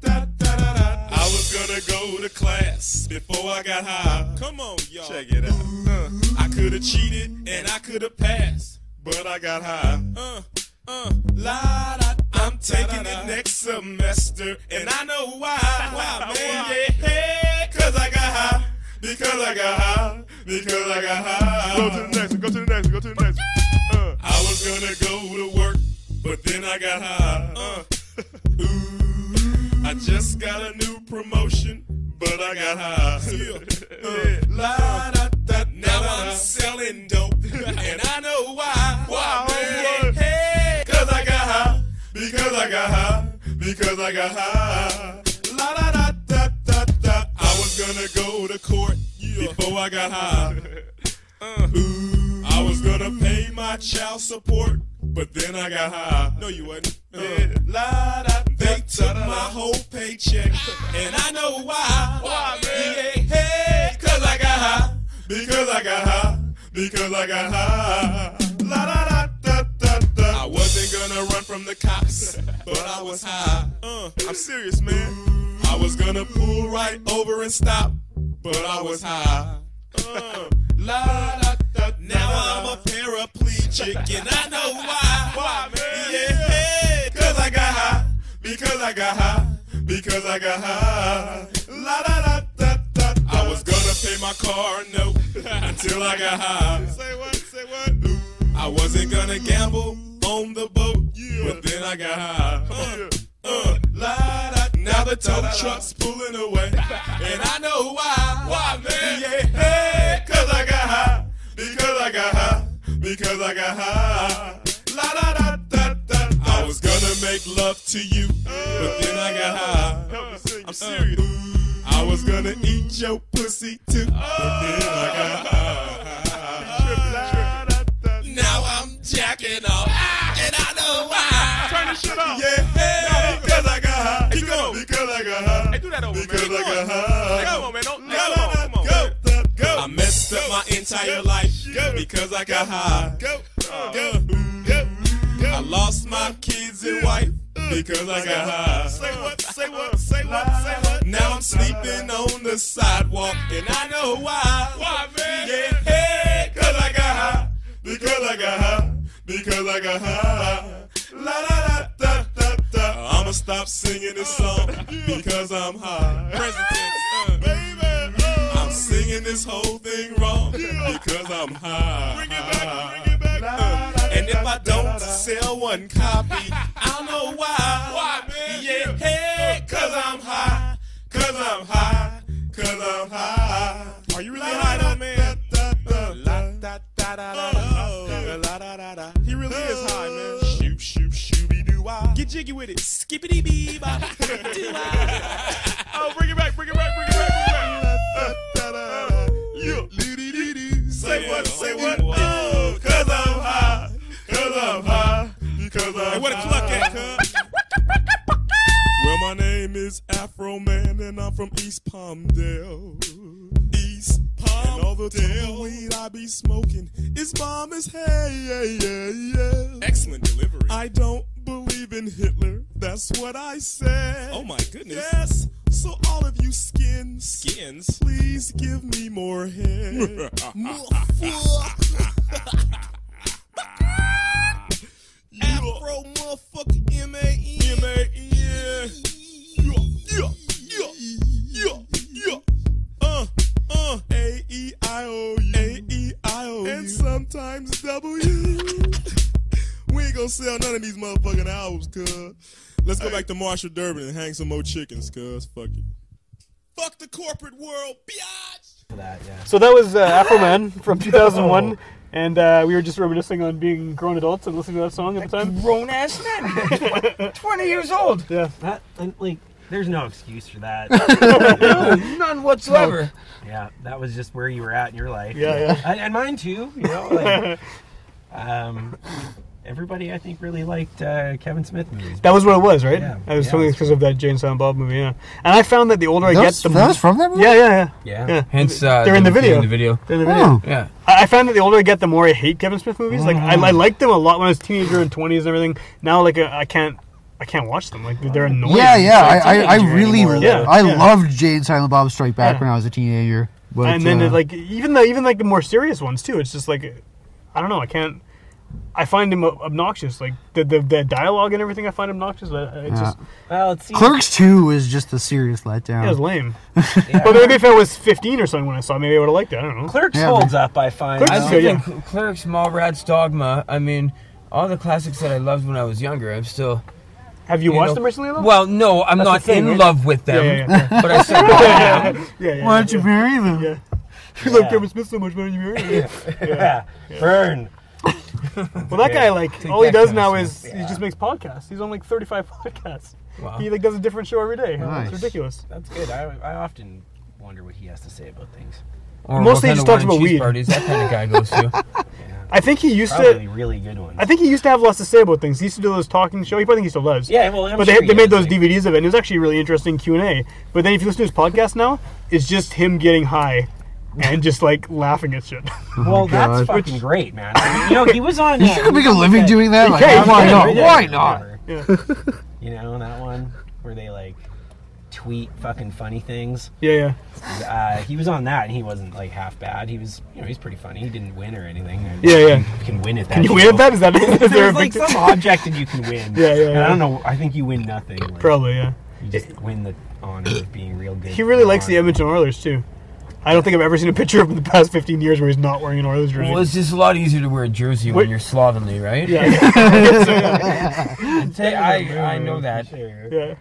da da da da. I was gonna go to class before I got high. Come on, y'all. Check it out. Uh, I could have cheated and I could have passed, but I got high. Uh, uh, la da. I'm taking it next semester, and I know why. Why, man? Yeah, cause I got high. Because I got high. Because I got high. Go to the next one. Go to the next one. Go to the next one. Uh. I was gonna go to work, but then I got high. Uh. Ooh, I just got a new promotion, but I got high. Uh, la, da, da, now I'm selling dope, and I know why. Why, man? Hey, cause I got high. Because I got high. Because I got high. La da da da da da. I was gonna go to court before I got high. Uh, Ooh, I was gonna pay my child support, but then I got high. No, you wasn't. La da. They took my whole paycheck, and I know why. Why, man? Yeah, hey, cause I got high. Because I got high. Because I got high. La da da da da da. I wasn't gonna run from the cops, but I was high. Uh, I'm serious, man. I was gonna pull right over and stop, but I was high. Uh, la da da. Now I'm a paraplegic, and I know why. Why, man? Yeah, hey, cause I got high. Because I got high. because I got high. La da da da da. I was gonna pay my car note until I got high. Say what? Say what? I wasn't gonna gamble on the boat, but then I got high. Uh, uh, la da. Now the tow truck's pulling away, and I know why. Why, man? Yeah, hey, 'cause I got high. Because I got high. Because I got high. La da da da da. I was gonna make love to you, but then I got high. I'm serious. I was gonna eat your pussy too, but then I got high. Now I'm jacking off, and I know why. Turn the shit off. Yeah, because I got high. Keep going. Because I got high. Hey, do that over, because man. I got high. Come on, man. Don't, come on, come on. Go, go. I messed up my entire life because I got high. Go, go, go, go. I lost my kids and wife because I got high. Say what? Say what? Say what? Say what? Now I'm sleeping on the sidewalk and I know why. Why, man? Yeah, hey, 'cause I got high. Because I got high. Because I got high. La la da da da da. I'ma stop singing this song because I'm high. Present tense, uh. baby. uh. I'm singing this whole thing wrong because I'm high. Bring it back. Bring it back. And if I don't sell one copy, I know why. Why, man? Yeah, hey, cause I'm high. Cause I'm high. Cause I'm high. Are you really high, though, man? oh. He really is high, man. Shoop, shoop, shooby doo wah. Get jiggy with it. Skippity bee bop. Doo wah. Oh, bring it back, bring it back, bring it back, bring it back. Yeah. Say what, say what? Oh, cause I'm high. Cause I'm high. Cause I'm Hey, what a cluck at, cuz? Well, my name is Afro Man, and I'm from East Palmdale. East Palmdale. And all the tumbleweed I be smoking is bomb as hey, yeah, yeah, yeah. Excellent delivery. I don't believe in Hitler. That's what I said. Oh my goodness. Yes. So all of you skins, skins, please give me more head. Motherfucker. Afro motherfucker M A E M A E yeah yeah yeah yeah yeah uh uh A E I O U A E I O U and sometimes W. we ain't gonna sell none of these motherfucking albums, cuz. Let's go back to Marshall Durbin and hang some more chickens, cuz. Fuck it. Fuck the corporate world, biatch. That, yeah. So that was uh, Afro Man from 2001. And uh, we were just reminiscing on being grown adults and listening to that song at the time. Grown ass man, twenty years old. Yeah, that and, like there's no excuse for that. No, none whatsoever. Yeah, that was just where you were at in your life. Yeah, yeah. and, and mine too. You know, like, um, everybody I think really liked uh, Kevin Smith movies. That was what it was, right? Yeah. I was Yeah, totally that's because of that Jane Silent Bob movie, yeah. And I found that the older I That get, was- the that was from that movie? Yeah, yeah, yeah. Yeah. Hence, uh, they're in the them being video. in the video. They're in the video. Oh. Yeah. I I found that the older I get, the more I hate Kevin Smith movies. Like I, I liked them a lot when I was a teenager and twenties and everything. Now, like I, I can't, I can't watch them. Like they're annoying. Yeah, yeah. It's I, like I, I teenager really, anymore. Yeah, I yeah. loved Jane Silent Bob Strike Back Yeah. when I was a teenager. But, and then uh, it, like even the even like the more serious ones too. It's just like I don't know. I can't. I find him obnoxious. Like the the, the dialogue and everything. I find obnoxious. But uh, it's Yeah. just well, it's Clerks Two is just a serious letdown. Yeah, it was lame. But maybe if I was 15 or something when I saw it, maybe I would have liked it. I don't know. Clerks holds up, I find. Clerks I is don't good, yeah. think Cl- Clerks, Mallrats, Dogma. I mean, all the classics that I loved when I was younger. I'm still. Have you watched them recently, though? Well, no, I'm That's not the thing, in right? love with them, Yeah, yeah, yeah. but I still love Yeah, them. yeah, yeah, Why don't you marry them? Yeah. You love Kevin Smith so much, why don't you marry him? Yeah. Burn. Well, that guy, like, Take all he that does kind now of is stuff. he just makes podcasts. He's on like 35 podcasts. Wow. He like does a different show every day. Nice. It's ridiculous. That's good. I, I often wonder what he has to say about things. Or Mostly what he just kind talks of about wine and cheese weed. Parties that kind of guy goes to. I think he used Probably to. really good ones. I think he used to have lots to say about things. He used to do those talking show. He probably still does. Yeah, well, I'm but sure they, he they made does, those DVDs of it, and it was actually a really interesting Q and A. But then if you listen to his podcast now, it's just him getting high and just like laughing at shit. Well, that's Oh, God. fucking great, man. I mean, you know, he was on. You uh, think he'll make a living doing that? Yeah, Like, yeah, why yeah, not? yeah, Why yeah, not? whatever. Yeah. You know that one where they like tweet fucking funny things. Yeah, yeah. Uh, he was on that, and he wasn't like half bad. He was, you know, he's pretty funny. He didn't win or anything. I Yeah, yeah. You can win at that. Can you show. win at that? Is that is there a There's like big- some object that you can win. Yeah, yeah, And yeah. I don't know. I think you win nothing. Like, Probably, yeah. You just win the honor of being real good. He really likes the Edmonton Oilers too. I don't think I've ever seen a picture of him in the past 15 years where he's not wearing an Oilers jersey. Well, it's just a lot easier to wear a jersey Wait. when you're slovenly, right? Yeah. Say, I, I know that. Yeah.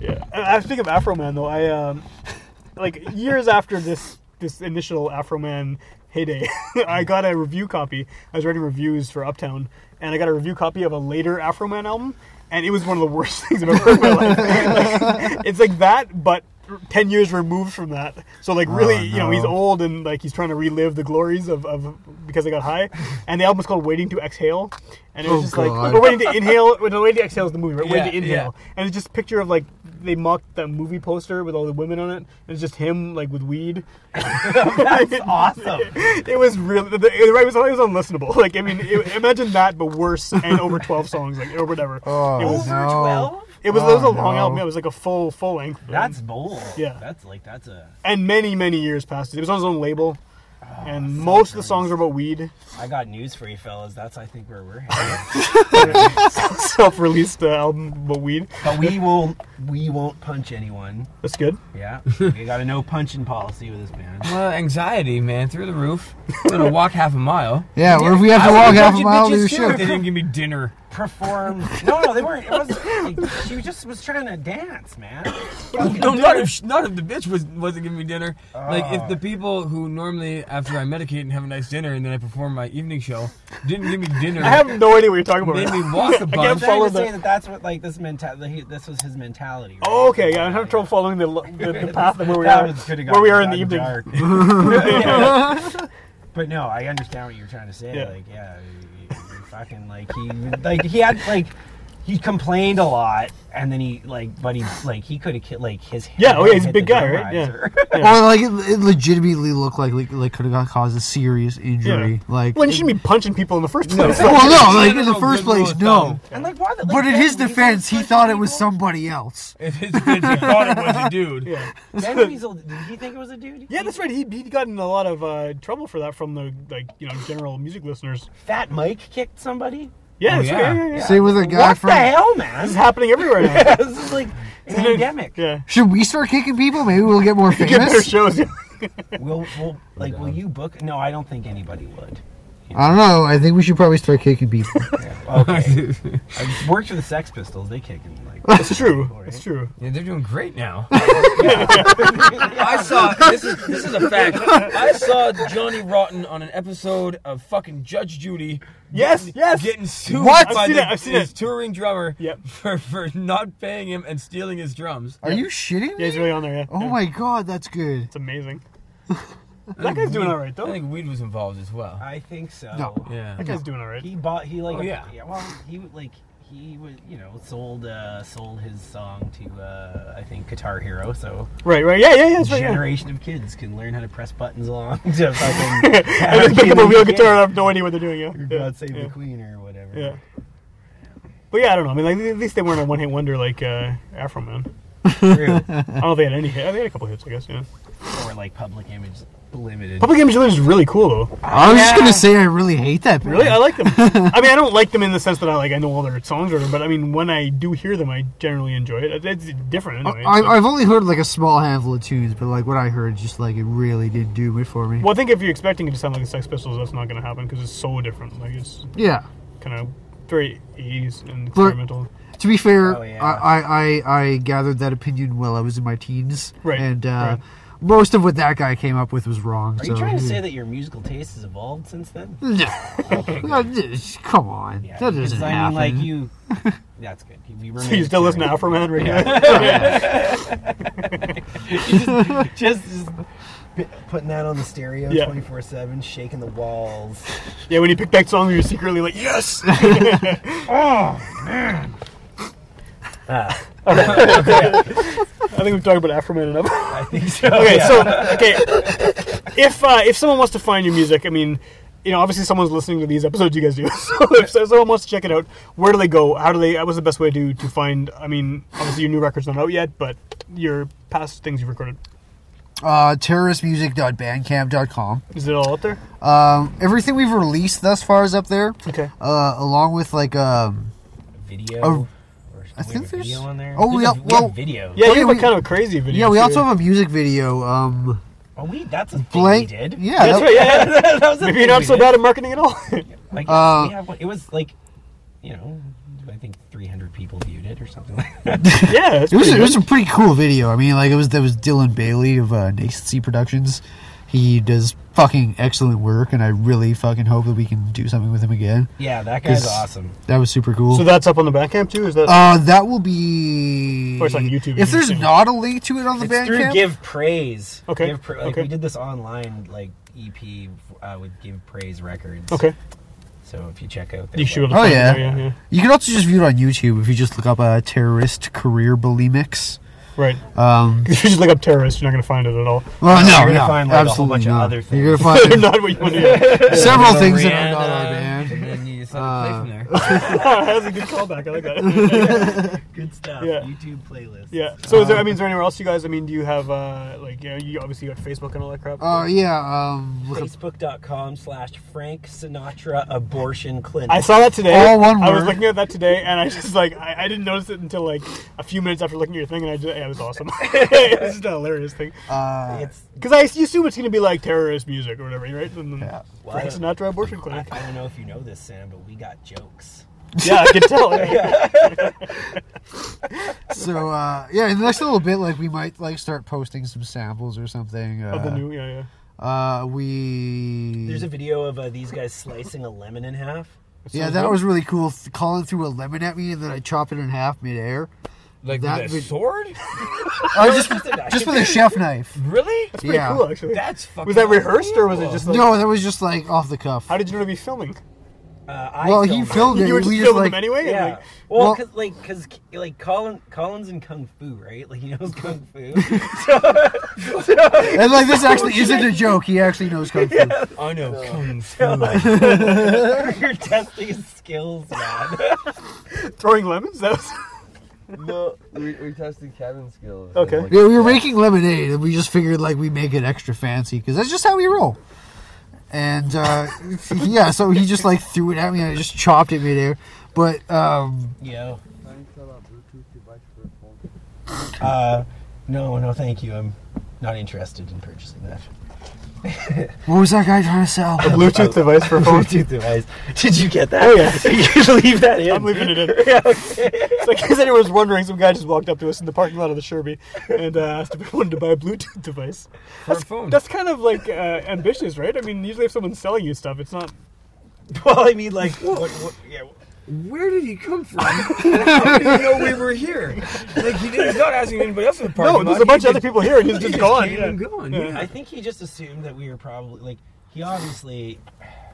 Yeah. I, I speak of Afro Man though. I um, like years after this this initial Afro Man heyday, I got a review copy. I was writing reviews for Uptown, and I got a review copy of a later Afro Man album, and it was one of the worst things I've ever heard in my life. Like, it's like that, but. Ten years removed from that, so like really, Oh, you know, he's no. old and like he's trying to relive the glories of, of because I got high, and the album's called Waiting to Exhale, and it was Oh, just like God. or Waiting to Inhale, or no, Waiting to Exhale is the movie, right? Waiting Yeah, to Inhale, and it's just a picture of like they mocked that movie poster with all the women on it. And it's just him like with weed. That's awesome. It was really the, the right was it was unlistenable. Like I mean, it, imagine that but worse and over twelve songs, like or whatever. Oh, it was, no. It was, it was a Oh, long no. album. It was like a full full length. That's bold. Yeah. That's like that's a. And many many years passed. It was on his own label, and most of the songs are about weed. I got news for you, fellas. That's I think where we're headed. Self-released uh, album about weed. but we won't. We won't punch anyone. That's good. Yeah. We got a no punching policy with this band. Well, anxiety, man, through the roof. I'm gonna walk half a mile. Yeah, well, if we have to I walk would've half a punching mile, we bitches were too shook. if They didn't give me dinner. Perform. No, no, they weren't. It was. Like, she just was trying to dance, man. No, not if, not if the bitch was, wasn't giving me dinner. Like, Oh. Ah. if the people who normally, after I medicate and have a nice dinner and then I perform my evening show, didn't give me dinner. I have no idea what you're talking about. Made me walk a I can't bunch. I'm trying follow to the- say that that's what like this mentality. This was his mentality. Right? Oh, okay. Yeah, I'm having trouble following the, the, the path of where we That are, was- could've where we are in the gotten evening. dark. Yeah. But no, I understand what you're trying to say. Yeah. Like, yeah, you- you- you fucking like he like he had like he complained a lot, and then he like, but he like he could have ki- like his head Yeah, oh yeah, he's a hit big the guy, drum right? Yeah. riser. Or like it, it legitimately looked like like, like could have got caused a serious injury. Like Well, you shouldn't be punching people in the first place. well, no, like in the first place, no. And like, why the, But in his defense, he thought it was somebody else. If his bitch thought it was a dude. Ben Weasel, did he think it was a dude? Yeah, that's right. He he got in a lot of uh, trouble for that from the like you know general music listeners. Fat Mike kicked somebody. Yeah, Oh, that's yeah. right. Yeah, yeah, yeah. Say with a guy what from. the hell, man? This is happening everywhere now. this is like an pandemic. Yeah, Should we start kicking people? Maybe we'll get more you get better famous. shows. Will, will, like, will you book? No, I don't think anybody would. I don't know. I think we should probably start kicking people. Okay. I worked for the Sex Pistols. They kick in like. It's true. It's true. Yeah, they're doing great now. I saw this is this is a fact. I saw Johnny Rotten on an episode of fucking Judge Judy. Yes, getting- yes. Getting sued What? by I've seen the, it, I've seen his it. touring drummer Yep. for, for not paying him and stealing his drums. Are you shitting Yeah, he's me? really on there. Yeah. Oh yeah. my god, that's good. It's amazing. That guy's doing all right I though. think weed was involved as well. I think so. No. Yeah. That guy's doing all right. He bought. He like. Oh, yeah. Well, he would like. He was, you know, sold uh, sold his song to uh, I think Guitar Hero, so Right, right. Yeah, yeah, yeah. That's right. Yeah. generation of kids can learn how to press buttons along to fucking And then pick up a wheel guitar and I have no idea what they're doing. Yeah. or yeah. God Save yeah. the Queen or whatever. Yeah. But yeah, I don't know. I mean, like, at least they weren't a one-hit wonder like uh, Afro Man. True. I don't know if they had any hit. I think they had a couple hits, I guess. Yeah. or like Public Image Limited. Public Image Limited is really cool though. I was just gonna say I really hate that. Band. Really, I like them. I mean, I don't like them in the sense that I like I know all their songs, or whatever, but I mean, when I do hear them, I generally enjoy it. It's different anyway. I, so. I've only heard like a small handful of tunes, but like what I heard, just like it really did do it for me. well, I think if you're expecting it to sound like the Sex Pistols, that's not going to happen because it's so different. Like it's Yeah. kind of very 80s and experimental. To be fair, Oh, yeah. I, I, I I gathered that opinion while I was in my teens, Right, and uh, right. most of what that guy came up with was wrong. Are so, you trying to say that your musical taste has evolved since then? No, Uh, just- come on, Yeah, that because, doesn't I mean, happen. like you. That's good. You, you So you still listen to Afro Man right now? just, just p- putting that on the stereo Yeah. twenty four seven, shaking the walls. Yeah, when you pick back songs, you're secretly like, yes! Oh, Ah, I think we've talked about Afro Man enough. I think so. okay, yeah. so okay, if uh, if someone wants to find your music, I mean, you know, obviously someone's listening to these episodes you guys do. So if someone wants to check it out, where do they go? How do they? What's the best way to to find? I mean, obviously your new record's not out yet, but your past things you've recorded Uh, terroristmusic.bandcamp.com. is it all out there? Um, everything we've released thus far is up there, Okay. uh, along with like um, video Oh. or I think there's video on there? Oh, There's we a- al- we well, have videos. Yeah, oh, you have a kind of a crazy video, Yeah, we too. also have a music video. Um, Oh, we that's a thing blank. we did. Yeah, That's that- right. Yeah, yeah. That was the Maybe thing you're not we so did. bad at marketing at all. Like Uh, we have one. It was like, you know, I think 300 people viewed it or something like that. yeah, that's It was, pretty it was a good. pretty cool video. I mean, like it was that was Dylan Bailey of uh, Nascency Productions. He does fucking excellent work, and I really fucking hope that we can do something with him again. Yeah, that guy's 'Cause awesome. That was super cool. So that's up on the Bandcamp too. Is that? uh, that will be. Of course, on YouTube, you If there's can see. not a link to it on the It's through Bandcamp, Give Praise. Okay, Give pra- like, okay. We did this online like E EP uh, with Give Praise Records. okay, So if you check out, their Oh. you should. be able to Oh, find it yeah. there, yeah, yeah. you can also just view it on YouTube if you just look up a uh, terrorist career bulimix. Right. Um, If you just look up terrorists, you're not going to find it at all. well, no, you're gonna no, find, like, a whole absolutely bunch of not. other You're gonna things. They're find not what you want to hear. several Rihanna, things that are not on our And band. then you just have to Uh, play from there. That's a good callback. I like that. Good stuff. Yeah. YouTube playlist. Yeah. So is there? I mean, is there anywhere else you guys? I mean, do you have uh like you know you obviously got Facebook and all that crap. Uh, yeah, um, look up Facebook.com slash Frank Sinatra Abortion Clinic. I saw that today. All one I was word. looking at that today, and I just like I, I didn't notice it until like a few minutes after looking at your thing, and I just yeah, it was awesome. it's just a hilarious thing uh, it's, because I you assume it's going to be like terrorist music or whatever, right? And then Yeah. Frank Sinatra abortion clinic. I don't know if you know this, Sam, but we got jokes. yeah, I can tell. Yeah. So uh, yeah, in the next little bit, like we might like start posting some samples or something. Uh, Of the new, yeah, yeah. uh, we There's a video of uh, these guys slicing a lemon in half. yeah, that was really cool. Th- Colin threw a lemon at me, and then I chopped it in half midair. Like That with a would- sword? I just just with a chef knife. Really? It's pretty yeah. cool, actually. That's fucking. was that rehearsed or was it unbelievable. just like? No, that was just like off the cuff. How did you know to be filming? Uh, I Well, he filmed it. You were just we filming like, them anyway. Yeah. And like, well, well- cause, like, cause like Colin, Colin's in kung fu, right? Like he knows kung fu. so, so- and like this actually isn't a joke. He actually knows kung fu. I know. Kung Fu. you're testing his skills, man. throwing lemons. That was. No, we, we tested Kevin's skills. Okay. Like, Yeah, we were making lemonade, and we just figured like we make it extra fancy because that's just how we roll. And uh, yeah, so he just like threw it at me, and I just chopped it midair. But um, Yo. Uh, no, no, thank you. I'm not interested in purchasing that. what was that guy trying to sell? Bluetooth device for phone. Bluetooth device. Did you get that? Oh, yeah. you should leave that in. I'm leaving it in. Yeah, okay. So in case anyone's wondering, some guy just walked up to us in the parking lot of the Sherby and uh, asked if we wanted to buy a Bluetooth device. For a phone. That's kind of like uh, ambitious, right? I mean, usually if someone's selling you stuff, it's not. Well, I mean, like, what, what, yeah. Where did he come from? How did he know we were here? Like he did, he's not asking anybody else in the parking No, there's a bunch of other people here, and he's just gone. came yeah. and gone, yeah. I think he just assumed that we were probably like he obviously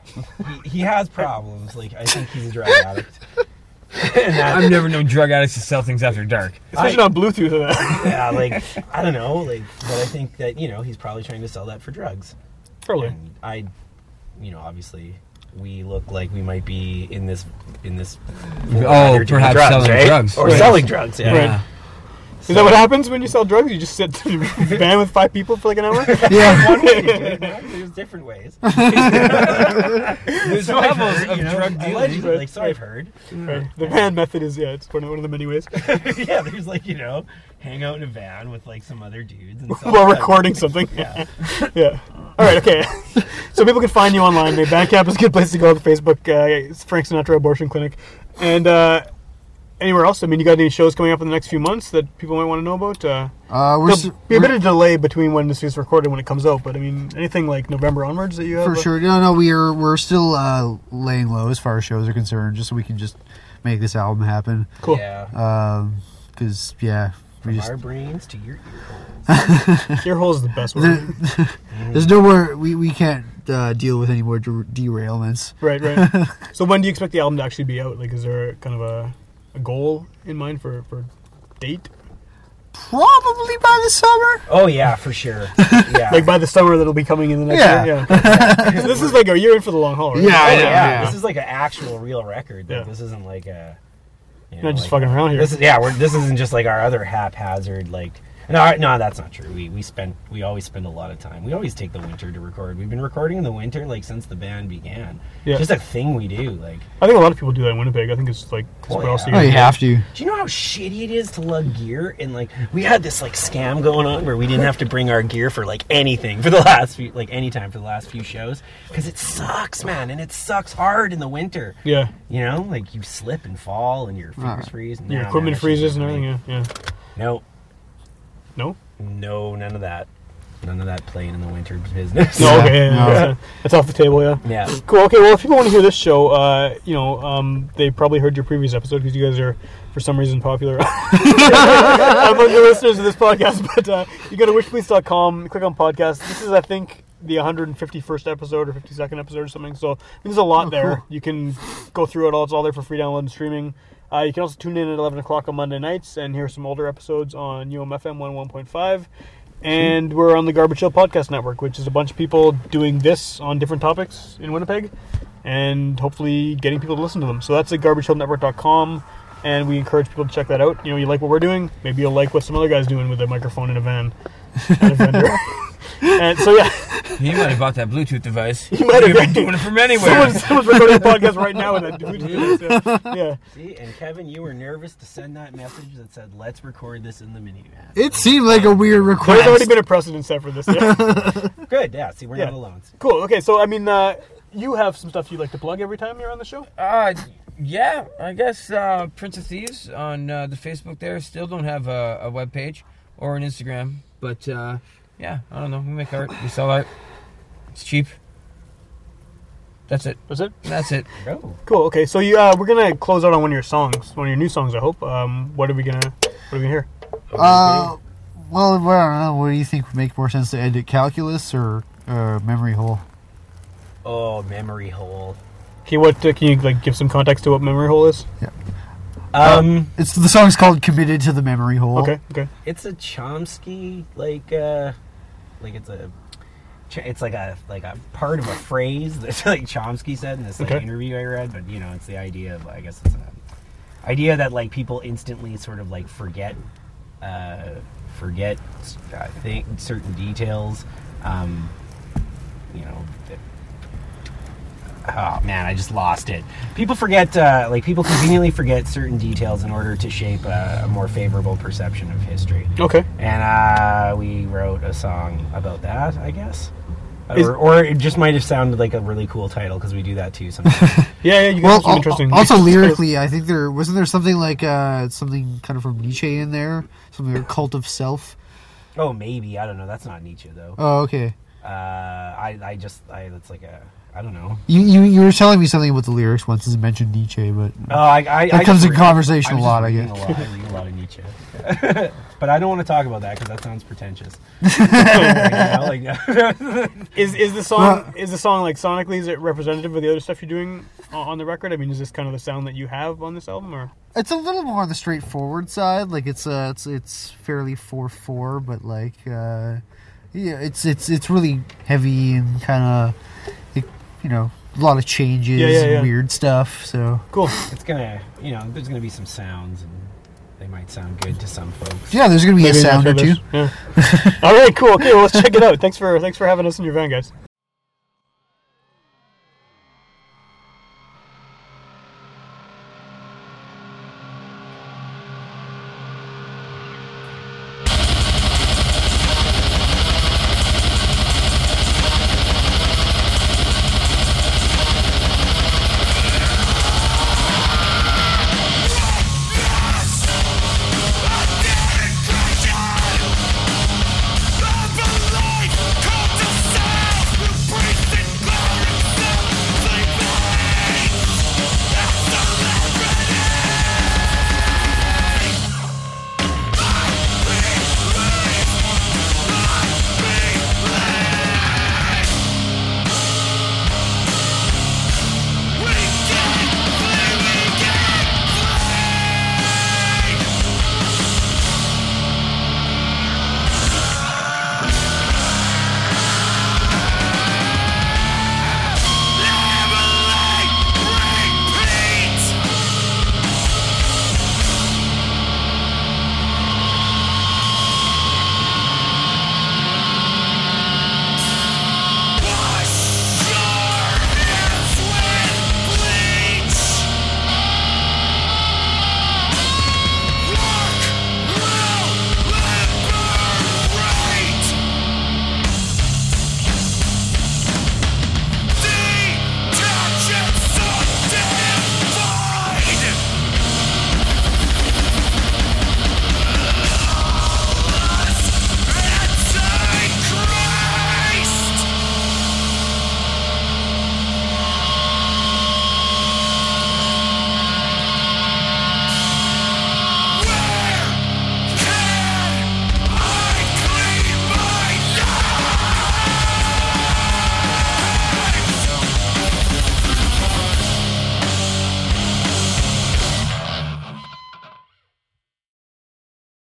he, he has problems. Like I think he's a drug addict. I've never known drug addicts to sell things after dark. Especially on Bluetooth. and that. Yeah, like I don't know, like but I think that you know he's probably trying to sell that for drugs. Probably. And I, you know, obviously we look like we might be in this in this. Oh, perhaps drugs, selling right? drugs. or Right. selling drugs. Yeah. Right. Is that what happens when you sell drugs? You just sit in a van with five people for like an hour? Yeah, One way to do it, man. There's different ways. There's levels of You know, drug dealing. allegedly, like so I've heard. Right. The van method is yeah, it's one of, one of the many ways. yeah, there's like you know, hang out in a van with like some other dudes and sell While drugs. recording something. Yeah. yeah. All right. Okay. so people can find you online. The Bandcamp is a good place to go. The Facebook, uh, it's Frank Sinatra Abortion Clinic, and uh, anywhere else. I mean, you got any shows coming up in the next few months that people might want to know about? Uh, uh, we're, s- there'll be a we're- bit of delay between when this is recorded and when it comes out, but I mean, anything like November onwards that you have. for uh, sure. No, no, we're we're still uh, laying low as far as shows are concerned, just so we can just make this album happen. Cool. Yeah. Because yeah, we just Our brains to your ear. Ear hole is the best word. there's no more we we can't uh, deal with any more der- derailments. right. Right. So when do you expect the album to actually be out? Like, is there kind of a, a goal in mind for for date? Probably by the summer. Oh yeah, for sure. Yeah. Like by the summer that'll be coming in the next Yeah. year. Yeah. So this is like a year in for the long haul, right? Yeah, Oh, I know, yeah. yeah. This is like an actual real record. Like, Yeah. This isn't like a. You know, Not just like, fucking around here. This is yeah. We're, this isn't just like our other haphazard like. No, all right, no, that's not true. We we spend we always spend a lot of time. We always take the winter to record. We've been recording in the winter like since the band began. Yeah. Just a thing we do. Like, I think a lot of people do that in Winnipeg. I think it's like because Well, what else do yeah. you Oh, you do? have to. do you know how shitty it is to lug gear? And like, we had this like scam going on where we didn't have to bring our gear for like anything for the last few like any time for the last few shows because it sucks, man, and it sucks hard in the winter. Yeah. You know, like you slip and fall, and your fingers freeze. And Your nah, equipment man, that shit freezes and doesn't everything. make- Yeah, yeah. No. No? No, none of that. None of that playing in the winter business. No, okay, yeah, yeah, yeah. that's off the table, yeah. Yeah. Cool. Okay, well, if people want to hear this show, uh, you know, um, they probably heard your previous episode because you guys are, for some reason, popular among the listeners of this podcast. But uh, you go to wishpolice.com, click on podcast. This is, I think, the 151st episode or 52nd episode or something. So there's a lot Oh, there. cool. You can go through it all. It's all there for free download and streaming. Uh, you can also tune in at 11 o'clock on Monday nights and hear some older episodes on UMFM 101.5. And we're on the Garbage Hill Podcast Network, which is a bunch of people doing this on different topics in Winnipeg and hopefully getting people to listen to them. So that's at garbagehillnetwork.com. And we encourage people to check that out. You know, you like what we're doing, maybe you'll like what some other guy's doing with a microphone in a van. At a vendor. and so, yeah. He might have bought that Bluetooth device. He might have been doing it from anywhere. Someone's, someone's recording a podcast right now with that. Bluetooth device, Yeah. yeah. See, and Kevin, you were nervous to send that message that said, "Let's record this in the minivan." It seemed like a weird request. There's already been a precedent set for this. Yeah. Good. Yeah. See, we're Yeah. not alone. cool. Okay, so I mean, uh, you have some stuff you like to plug every time you're on the show. Uh, yeah, I guess uh, Prince of Thieves on uh, the Facebook there. Still don't have a, a web page or an Instagram, but uh, yeah, I don't know. We make art, we sell art. It's cheap. That's it. That's it. That's it. Cool. Okay, so you uh, we're gonna close out on one of your songs, one of your new songs. I hope. Um, what are we gonna What are we gonna hear? Uh, well, well, I don't know. What do you think would make more sense to end at calculus or uh, memory hole? Oh, memory hole. Okay, what uh, can you like give some context to what Memory Hole is? Um, It's the song's called "Committed to the Memory Hole." Okay. Okay. it's a Chomsky like uh, like it's a ch- it's like a like a part of a phrase that like Chomsky said in this like Okay. interview I read, but you know, it's the idea of I guess it's an idea that like people instantly sort of like forget uh, forget uh, think certain details. Um, you know, that- oh man, I just lost it. People forget, uh, like people conveniently forget certain details in order to shape uh, a, a more favorable perception of history. Okay. And uh, we wrote a song about that, I guess. Is- or, or it just might have sounded like a really cool title because we do that too sometimes. Yeah. Yeah. You guys Well, have some al- interesting. also lyrically, I think there wasn't there something like uh, something kind of from Nietzsche in there, something like cult of self. oh, maybe I don't know. That's not Nietzsche though. Oh, okay. Uh, I I just I that's like a I don't know. You, you you were telling me something about the lyrics once and mentioned Nietzsche, but Oh, I, I, That I comes just in read- conversation I was a lot, just I reading guess. A lot. I read a lot of Nietzsche, but I don't want to talk about that because that sounds pretentious. Oh You know, like, Is is the song is the song like sonically is it representative of the other stuff you're doing o- on the record? I mean, is this kind of the sound that you have on this album, or it's a little more on the straightforward side. Like it's uh it's it's fairly four four, but like uh, yeah, it's it's it's really heavy and kind of you know a lot of changes, Yeah, yeah, yeah. And weird stuff. So cool? it's gonna, you know, there's gonna be some sounds, and they might sound good to some folks. yeah, there's gonna be a Maybe sound or after two. this. Yeah. All right, cool. Okay, well, let's check it out. Thanks for thanks for having us in your van, guys.